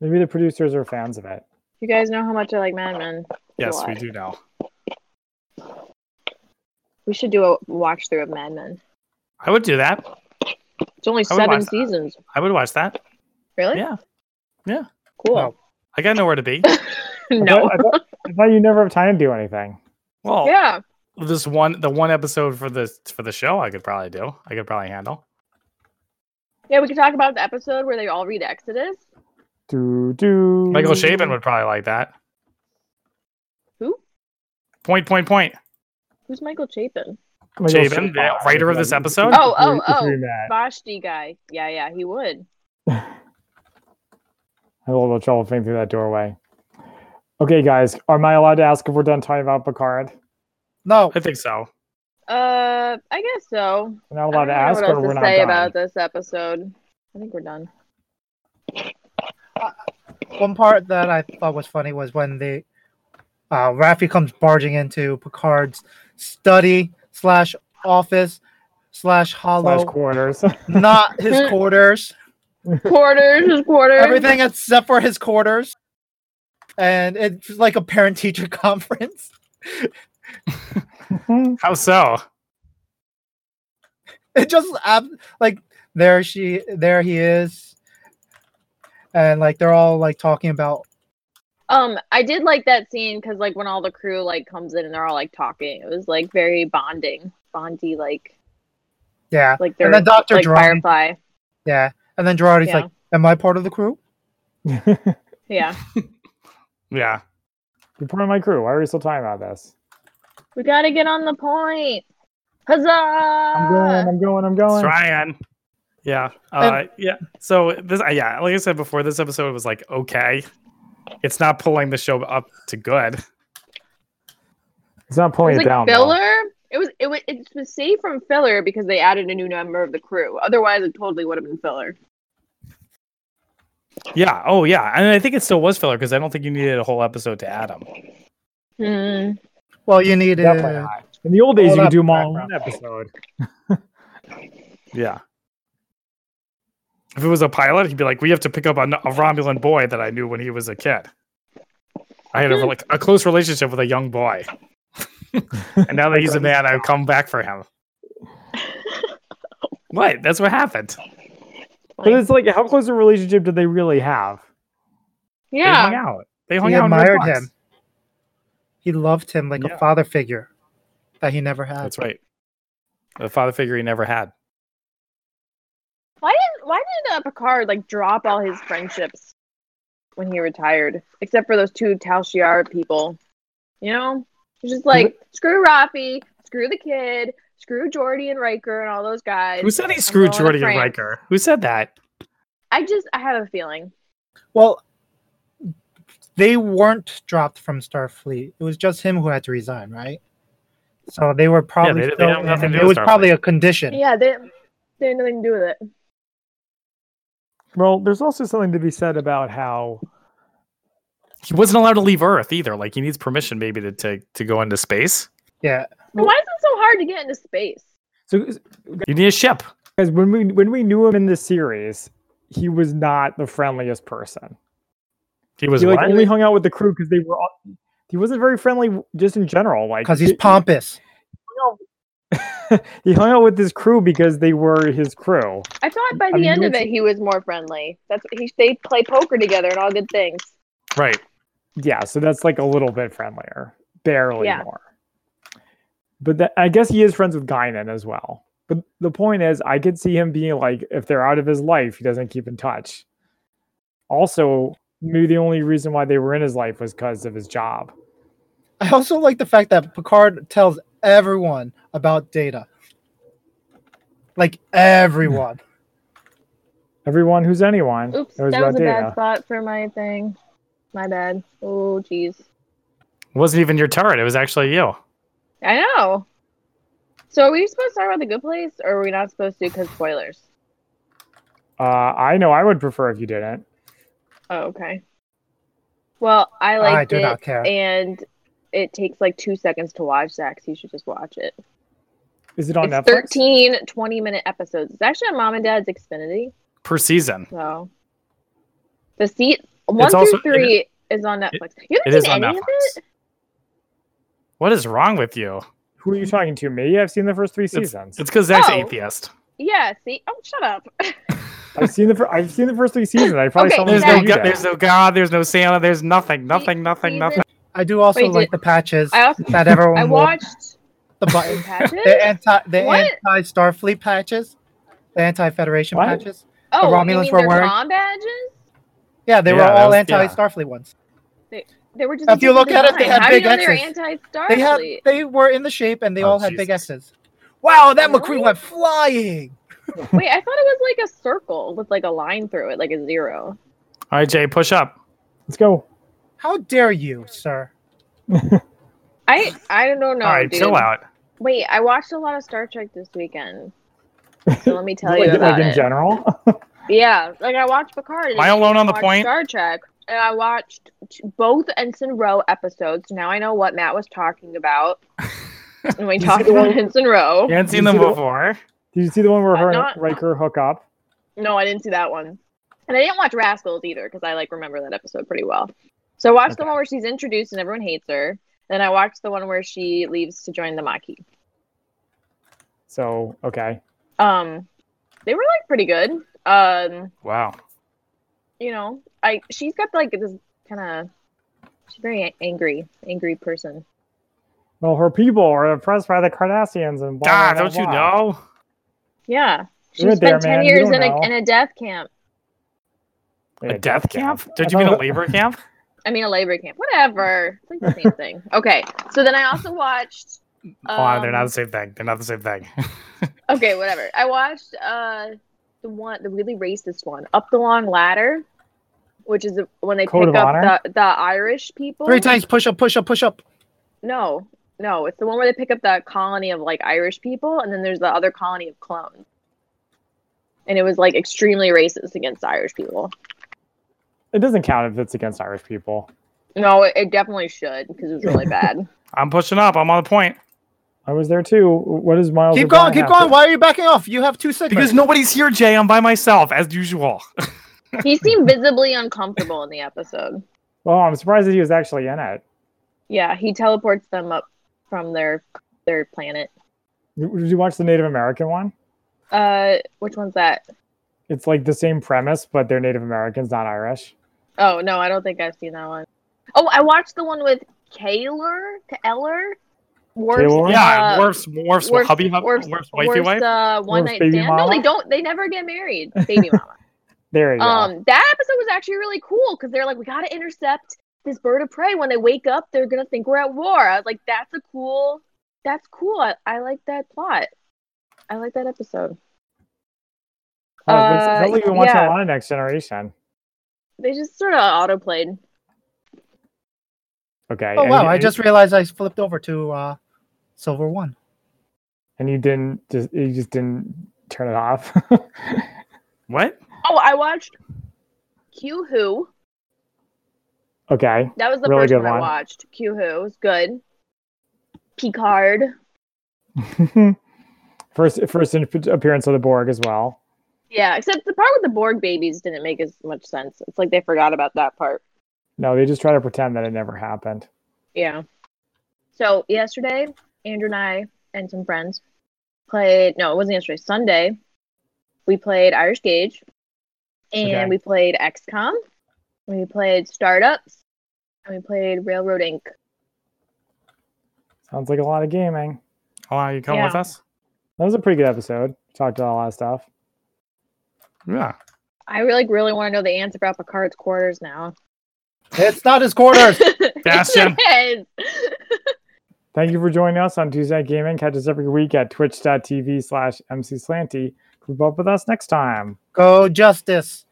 [SPEAKER 1] Maybe the producers are fans of it.
[SPEAKER 2] you guys know how much I like Mad Men.
[SPEAKER 3] yes, we
[SPEAKER 2] Why?
[SPEAKER 3] do know.
[SPEAKER 2] We should do a watch through of Mad Men.
[SPEAKER 3] I would do that.
[SPEAKER 2] It's only
[SPEAKER 3] I would watch
[SPEAKER 2] seven
[SPEAKER 3] that.
[SPEAKER 2] seasons.
[SPEAKER 3] I would watch that.
[SPEAKER 2] Really?
[SPEAKER 3] Yeah.
[SPEAKER 2] Cool.
[SPEAKER 3] I got nowhere to be.
[SPEAKER 1] I
[SPEAKER 2] No.
[SPEAKER 1] thought- I thought, I thought you never have time to do anything.
[SPEAKER 3] Well,
[SPEAKER 2] Yeah.
[SPEAKER 3] this one, the one episode for the for the show, I could probably do. I could probably handle.
[SPEAKER 2] Yeah, we could talk about the episode where they all read Exodus.
[SPEAKER 1] Do do.
[SPEAKER 3] Michael Shaven would probably like that.
[SPEAKER 2] Who?
[SPEAKER 3] Point, point, point.
[SPEAKER 2] Who's Michael Chapin?
[SPEAKER 1] Michael
[SPEAKER 3] Shaven, the
[SPEAKER 1] Shaven.
[SPEAKER 3] writer of this
[SPEAKER 1] If you-
[SPEAKER 3] episode?
[SPEAKER 1] if
[SPEAKER 2] Oh,
[SPEAKER 1] you-
[SPEAKER 2] oh,
[SPEAKER 1] if you
[SPEAKER 2] oh.
[SPEAKER 1] met.
[SPEAKER 2] Vashti guy. Yeah, yeah, he would.
[SPEAKER 1] I had a little trouble fitting through that doorway. Okay, guys, am I allowed to ask if we're done talking about Picard?
[SPEAKER 4] No,
[SPEAKER 3] I think so.
[SPEAKER 2] Uh, I guess so.
[SPEAKER 1] We're not
[SPEAKER 2] I
[SPEAKER 1] allowed
[SPEAKER 2] don't
[SPEAKER 1] to
[SPEAKER 2] know
[SPEAKER 1] ask,
[SPEAKER 2] what
[SPEAKER 1] or
[SPEAKER 2] else
[SPEAKER 1] we're
[SPEAKER 2] to
[SPEAKER 1] not
[SPEAKER 2] say
[SPEAKER 1] done.
[SPEAKER 2] about this episode. I think we're done.
[SPEAKER 4] one part that I thought was funny was when the uh, Raffi comes barging into Picard's study slash office slash
[SPEAKER 1] Slash
[SPEAKER 4] hollow,
[SPEAKER 1] quarters.
[SPEAKER 4] not his quarters.
[SPEAKER 2] Quarters is quarters.
[SPEAKER 4] everything except for his quarters. And it's like a parent teacher conference.
[SPEAKER 3] How so?
[SPEAKER 4] It just ab- like there she there he is. And like they're all like talking about
[SPEAKER 2] Um, I did like that scene because like when all the crew like comes in and they're all like talking, it was like very bonding, bondy like
[SPEAKER 4] yeah,
[SPEAKER 2] like they're
[SPEAKER 4] And then Dr.
[SPEAKER 2] like
[SPEAKER 4] Drawing.
[SPEAKER 2] Firefly.
[SPEAKER 4] yeah. And then Gerardi's
[SPEAKER 2] Yeah.
[SPEAKER 4] like, Am I part of the crew?
[SPEAKER 1] You're
[SPEAKER 2] Yeah,
[SPEAKER 3] Yeah.
[SPEAKER 1] part of my crew. Why are we still talking about this?
[SPEAKER 2] we gotta get on the point. Ah.
[SPEAKER 1] I'm going.
[SPEAKER 2] Huzzah!
[SPEAKER 1] I'm going. I'm going.
[SPEAKER 3] Ryan. Yeah. Uh, yeah. So this, uh, yeah, like I said before, this episode was like okay. It's not pulling the show up to good.
[SPEAKER 1] It's not
[SPEAKER 2] It
[SPEAKER 1] pulling
[SPEAKER 2] was
[SPEAKER 1] it,
[SPEAKER 2] like
[SPEAKER 1] down. though.
[SPEAKER 2] filler. It was it was it was saved from filler because they added a new member of the crew. Otherwise, it totally would have been filler.
[SPEAKER 3] Yeah. Oh yeah. And I think it still was filler because I don't think you needed a whole episode to add them.
[SPEAKER 2] Hmm.
[SPEAKER 4] Well, you need
[SPEAKER 1] Definitely
[SPEAKER 4] a
[SPEAKER 1] not. In the old days,
[SPEAKER 4] Hold
[SPEAKER 1] you could
[SPEAKER 4] up,
[SPEAKER 1] do them all in one
[SPEAKER 4] background.
[SPEAKER 1] episode.
[SPEAKER 3] Yeah. If it was a pilot, he'd be like, "We have to pick up on a Romulan boy that I knew when he was a kid. I
[SPEAKER 1] Hmm.
[SPEAKER 3] had a, like a close relationship with a young boy, and now that he's a man, I've come back for him." What? That's what happened.
[SPEAKER 1] But it's like, how close a relationship did they really have?
[SPEAKER 3] They hung
[SPEAKER 2] Yeah.
[SPEAKER 3] out. They hung
[SPEAKER 4] he
[SPEAKER 3] out. in Red
[SPEAKER 4] admired
[SPEAKER 3] Fox.
[SPEAKER 4] him. He loved him like
[SPEAKER 3] Yeah.
[SPEAKER 4] a father figure that he never had.
[SPEAKER 3] That's right. The father figure he never had.
[SPEAKER 2] Why did why did uh, Picard like drop all his friendships when he retired, except for those two Tal Shiar people? You know, He's just like screw Rafi, screw the kid, screw Jordy and Riker and all those guys.
[SPEAKER 3] Who said he
[SPEAKER 2] I'm
[SPEAKER 3] screwed
[SPEAKER 2] going to
[SPEAKER 3] Jordy and
[SPEAKER 2] France.
[SPEAKER 3] Riker? Who said that?
[SPEAKER 2] I just I have a feeling.
[SPEAKER 4] Well, they weren't dropped from Starfleet. It was just him who had to resign, right? So they were probably
[SPEAKER 3] they- they
[SPEAKER 4] still
[SPEAKER 3] have nothing
[SPEAKER 4] in-
[SPEAKER 3] to do
[SPEAKER 4] it was
[SPEAKER 3] with
[SPEAKER 4] probably a condition.
[SPEAKER 2] Yeah, they they had nothing to do with it.
[SPEAKER 1] Well, there's also something to be said about how
[SPEAKER 3] He wasn't allowed to leave Earth either. Like he needs permission maybe to to, to go into space.
[SPEAKER 4] Yeah.
[SPEAKER 2] But why is it so hard to get into space?
[SPEAKER 1] so
[SPEAKER 3] You need a ship.
[SPEAKER 1] because when we when we knew him in the series, he was not the friendliest person.
[SPEAKER 3] He was
[SPEAKER 1] he like
[SPEAKER 3] what?
[SPEAKER 1] only hung out with the crew because they were. All, he wasn't very friendly w- just in general. Like
[SPEAKER 4] Because he's
[SPEAKER 1] he-
[SPEAKER 4] pompous.
[SPEAKER 1] He hung out with his crew because they were his crew.
[SPEAKER 2] I thought by
[SPEAKER 1] I
[SPEAKER 2] the
[SPEAKER 1] mean,
[SPEAKER 2] end
[SPEAKER 1] you
[SPEAKER 2] of
[SPEAKER 1] would-
[SPEAKER 2] it he was more friendly. That's what he they play poker together and all good things.
[SPEAKER 3] right.
[SPEAKER 1] Yeah, so that's like a little bit friendlier, barely
[SPEAKER 2] Yeah.
[SPEAKER 1] more. But that, I guess he is friends with Guinan as well. But the point is, I could see him being like, if they're out of his life, he doesn't keep in touch. Also, maybe the only reason why they were in his life was because of his job.
[SPEAKER 4] I also like the fact that Picard tells everyone about data. Like everyone.
[SPEAKER 1] Everyone who's anyone.
[SPEAKER 2] Oops,
[SPEAKER 1] it was
[SPEAKER 2] that
[SPEAKER 1] about
[SPEAKER 2] was a bad
[SPEAKER 1] data.
[SPEAKER 2] spot for my thing. My bad. Oh jeez.
[SPEAKER 3] It wasn't even your turret. It was actually you.
[SPEAKER 2] I know. So are we supposed to talk about the good place or are we not supposed to because spoilers?
[SPEAKER 1] Uh, I know I would prefer if you didn't.
[SPEAKER 2] Oh, okay. Well, I
[SPEAKER 4] I
[SPEAKER 2] liked
[SPEAKER 4] do
[SPEAKER 2] it
[SPEAKER 4] not care.
[SPEAKER 2] and it takes like two seconds to watch Zach, so you should just watch it.
[SPEAKER 1] Is it on
[SPEAKER 2] it's
[SPEAKER 1] Netflix?
[SPEAKER 2] 13 20 minute episodes. It's actually on Mom and Dad's Xfinity.
[SPEAKER 3] Per season.
[SPEAKER 2] So the seat one
[SPEAKER 3] It's
[SPEAKER 2] through
[SPEAKER 3] also-
[SPEAKER 2] three is on Netflix. you
[SPEAKER 3] It
[SPEAKER 2] haven't
[SPEAKER 3] is
[SPEAKER 2] seen
[SPEAKER 3] on
[SPEAKER 2] any
[SPEAKER 3] Netflix.
[SPEAKER 2] of it?
[SPEAKER 3] What is wrong with you?
[SPEAKER 1] Who are you talking to? Me? I've seen the first three seasons.
[SPEAKER 3] It's because Zach's
[SPEAKER 2] Oh.
[SPEAKER 3] atheist.
[SPEAKER 2] Yeah, see? Oh, shut up.
[SPEAKER 1] I've seen the fir- I've seen the first three seasons. I probably
[SPEAKER 2] Okay,
[SPEAKER 1] saw them
[SPEAKER 3] There's
[SPEAKER 1] before
[SPEAKER 3] no,
[SPEAKER 2] Zach.
[SPEAKER 1] you
[SPEAKER 3] God,
[SPEAKER 1] did.
[SPEAKER 3] there's no God. There's no Santa. There's nothing. Nothing. Nothing.
[SPEAKER 2] Season-
[SPEAKER 3] Nothing.
[SPEAKER 4] I do also
[SPEAKER 2] Wait,
[SPEAKER 4] like
[SPEAKER 2] did-
[SPEAKER 4] the patches
[SPEAKER 2] I also
[SPEAKER 4] that everyone
[SPEAKER 2] I
[SPEAKER 4] wore.
[SPEAKER 2] watched
[SPEAKER 4] the button.
[SPEAKER 2] Patches?
[SPEAKER 4] the anti the
[SPEAKER 2] What?
[SPEAKER 4] anti Starfleet patches. The anti Federation
[SPEAKER 1] What?
[SPEAKER 4] patches.
[SPEAKER 2] Oh, you
[SPEAKER 4] Romulans
[SPEAKER 2] mean
[SPEAKER 4] were
[SPEAKER 2] their
[SPEAKER 4] wearing-
[SPEAKER 2] com badges?
[SPEAKER 4] Yeah, they were
[SPEAKER 3] Yeah, that
[SPEAKER 4] all
[SPEAKER 3] was-
[SPEAKER 4] anti
[SPEAKER 3] yeah.
[SPEAKER 4] Starfleet ones.
[SPEAKER 2] They were just.
[SPEAKER 4] If you look at it, they
[SPEAKER 2] different
[SPEAKER 4] had
[SPEAKER 2] design.
[SPEAKER 4] big
[SPEAKER 2] How do you know
[SPEAKER 4] X's.
[SPEAKER 2] They're anti-Starfleet.
[SPEAKER 4] They had they were in the shape and they
[SPEAKER 3] Oh,
[SPEAKER 4] all had big
[SPEAKER 3] Jesus.
[SPEAKER 4] S's. Wow, that
[SPEAKER 2] Really?
[SPEAKER 4] McCree went flying.
[SPEAKER 2] Wait, I thought it was like a circle with like a line through it, like a zero.
[SPEAKER 3] All right, Jay, push up.
[SPEAKER 1] Let's go.
[SPEAKER 4] How dare you, sir?
[SPEAKER 2] I I don't know.
[SPEAKER 3] All right,
[SPEAKER 2] Oh, dude.
[SPEAKER 3] chill out.
[SPEAKER 2] Wait, I watched a lot of Star Trek this weekend. So let me tell you
[SPEAKER 1] like,
[SPEAKER 2] about
[SPEAKER 1] like in
[SPEAKER 2] it.
[SPEAKER 1] general.
[SPEAKER 2] Yeah, like I watched Picard. and
[SPEAKER 3] Am I alone on the
[SPEAKER 2] watched
[SPEAKER 3] point?
[SPEAKER 2] Star Trek, and I watched t- both Ensign Row episodes. Now I know what Matt was talking about when we
[SPEAKER 1] You see
[SPEAKER 2] talked
[SPEAKER 1] the
[SPEAKER 2] about
[SPEAKER 1] one-
[SPEAKER 2] Ensign Row.
[SPEAKER 3] You haven't
[SPEAKER 1] You
[SPEAKER 3] seen them
[SPEAKER 1] see the-
[SPEAKER 3] before.
[SPEAKER 1] Did you see the one where
[SPEAKER 2] Uh,
[SPEAKER 1] her
[SPEAKER 2] not-
[SPEAKER 1] and Riker hook up?
[SPEAKER 2] No, I didn't see that one. And I didn't watch Rascals either because I like remember that episode pretty well. So I watched the
[SPEAKER 3] Okay.
[SPEAKER 2] one where she's introduced and everyone hates her. Then I watched the one where she leaves to join the Maquis.
[SPEAKER 1] So okay,
[SPEAKER 2] Um, they were like pretty good. Um,
[SPEAKER 3] Wow.
[SPEAKER 2] you know, I she's got like this kind of she's very a- angry, angry person.
[SPEAKER 1] well, her people are oppressed by the Cardassians and blah. blah,
[SPEAKER 3] God, Ah, don't you
[SPEAKER 1] blah.
[SPEAKER 3] know?
[SPEAKER 2] Yeah, she
[SPEAKER 1] You're
[SPEAKER 2] spent
[SPEAKER 1] there,
[SPEAKER 2] ten
[SPEAKER 1] man. You
[SPEAKER 2] years
[SPEAKER 1] don't
[SPEAKER 2] in a
[SPEAKER 1] know.
[SPEAKER 2] in a death camp.
[SPEAKER 1] Yeah,
[SPEAKER 3] a death camp?
[SPEAKER 1] I
[SPEAKER 3] Did you mean a
[SPEAKER 1] thought-
[SPEAKER 3] labor camp?
[SPEAKER 2] I mean, a labor camp. Whatever, it's like the same thing. Okay, so then I also watched.
[SPEAKER 3] oh, they're
[SPEAKER 2] um,
[SPEAKER 3] not the same thing. They're not the same thing.
[SPEAKER 2] Okay, whatever. I watched uh the one, the really racist one, Up the Long Ladder, which is the- when they
[SPEAKER 1] Code
[SPEAKER 2] pick
[SPEAKER 1] of
[SPEAKER 2] up
[SPEAKER 1] Honor?
[SPEAKER 2] the, the Irish people.
[SPEAKER 4] Three times push up, push up, push up.
[SPEAKER 2] No, no, it's the one where they pick up the colony of like Irish people, and then there's the other colony of clones. And it was like extremely racist against Irish people.
[SPEAKER 1] It doesn't count if it's against Irish people.
[SPEAKER 2] No, it, it definitely should because it was really bad.
[SPEAKER 3] I'm pushing up. I'm on the point.
[SPEAKER 1] I was there too. What is Miles?
[SPEAKER 4] keep
[SPEAKER 1] O'Brien
[SPEAKER 4] Oh, going, keep
[SPEAKER 1] have
[SPEAKER 4] going.
[SPEAKER 1] to-
[SPEAKER 4] Why are you backing off? You have two segments.
[SPEAKER 3] Because nobody's here, Jay. I'm by myself, as usual.
[SPEAKER 2] he seemed visibly uncomfortable in the episode.
[SPEAKER 1] Well, Oh, I'm surprised that he was actually in it.
[SPEAKER 2] Yeah, he teleports them up from their their planet.
[SPEAKER 1] Did you watch the Native American one?
[SPEAKER 2] Uh, which one's that?
[SPEAKER 1] It's like the same premise, but they're Native Americans, not Irish.
[SPEAKER 2] Oh no, I don't think I've seen that one. Oh, I watched the one with Kaylor to Eller. Worf's,
[SPEAKER 1] Kaylor?
[SPEAKER 3] yeah,
[SPEAKER 2] uh,
[SPEAKER 3] Worf's, Worf's,
[SPEAKER 2] Worf's-
[SPEAKER 3] hubby, hubby,
[SPEAKER 2] Worf's-
[SPEAKER 3] Worf's, wifey,
[SPEAKER 2] Worf's,
[SPEAKER 3] wife.
[SPEAKER 2] uh, one
[SPEAKER 1] Worf's
[SPEAKER 2] night
[SPEAKER 1] baby
[SPEAKER 2] stand. No,
[SPEAKER 1] mama?
[SPEAKER 2] they don't. They never get married. Baby mama.
[SPEAKER 1] There you go.
[SPEAKER 2] um, that episode was actually really cool because they're like, we gotta intercept this bird of prey. When they wake up, they're gonna think we're at war. I was like, that's a cool. That's cool. I, I like that plot. I like that episode.
[SPEAKER 1] Oh, it looks- it
[SPEAKER 2] Uh,
[SPEAKER 1] sounds like you watch a
[SPEAKER 2] yeah.
[SPEAKER 1] lot of Next Generation.
[SPEAKER 2] They just sort of autoplayed.
[SPEAKER 1] Okay.
[SPEAKER 4] Oh
[SPEAKER 1] and
[SPEAKER 4] wow!
[SPEAKER 1] you-
[SPEAKER 4] I
[SPEAKER 1] and-
[SPEAKER 4] just realized I flipped over to uh, silver one.
[SPEAKER 1] and you didn't just you just didn't turn it off.
[SPEAKER 3] What?
[SPEAKER 2] Oh, I watched Q Who.
[SPEAKER 1] okay.
[SPEAKER 2] That was the
[SPEAKER 1] Really
[SPEAKER 2] first
[SPEAKER 1] good
[SPEAKER 2] one, I
[SPEAKER 1] one.
[SPEAKER 2] watched. Q Who was good. Picard.
[SPEAKER 1] first first in- appearance of the Borg as well.
[SPEAKER 2] Yeah, except the part with the Borg babies didn't make as much sense. It's like they forgot about that part.
[SPEAKER 1] No, they just try to pretend that it never happened.
[SPEAKER 2] Yeah. So yesterday, Andrew and I and some friends played. No, it wasn't yesterday. Sunday, we played Irish Gauge, and
[SPEAKER 1] Okay.
[SPEAKER 2] we played XCOM. We played Startups, and we played Railroad Inc.
[SPEAKER 1] Sounds like a lot of gaming.
[SPEAKER 3] How long are Oh, you coming with
[SPEAKER 2] Yeah.
[SPEAKER 3] us?
[SPEAKER 1] That was a pretty good episode. Talked about a lot of stuff.
[SPEAKER 3] Yeah.
[SPEAKER 2] I really, like, really want to know the answer about Picard's quarters now.
[SPEAKER 4] It's not his quarters.
[SPEAKER 3] Bastion.
[SPEAKER 2] It is.
[SPEAKER 1] Thank you for joining us on Tuesday Night Gaming. Catch us every week at twitch.tv slash mcslanty. Group up with us next time.
[SPEAKER 4] Go justice.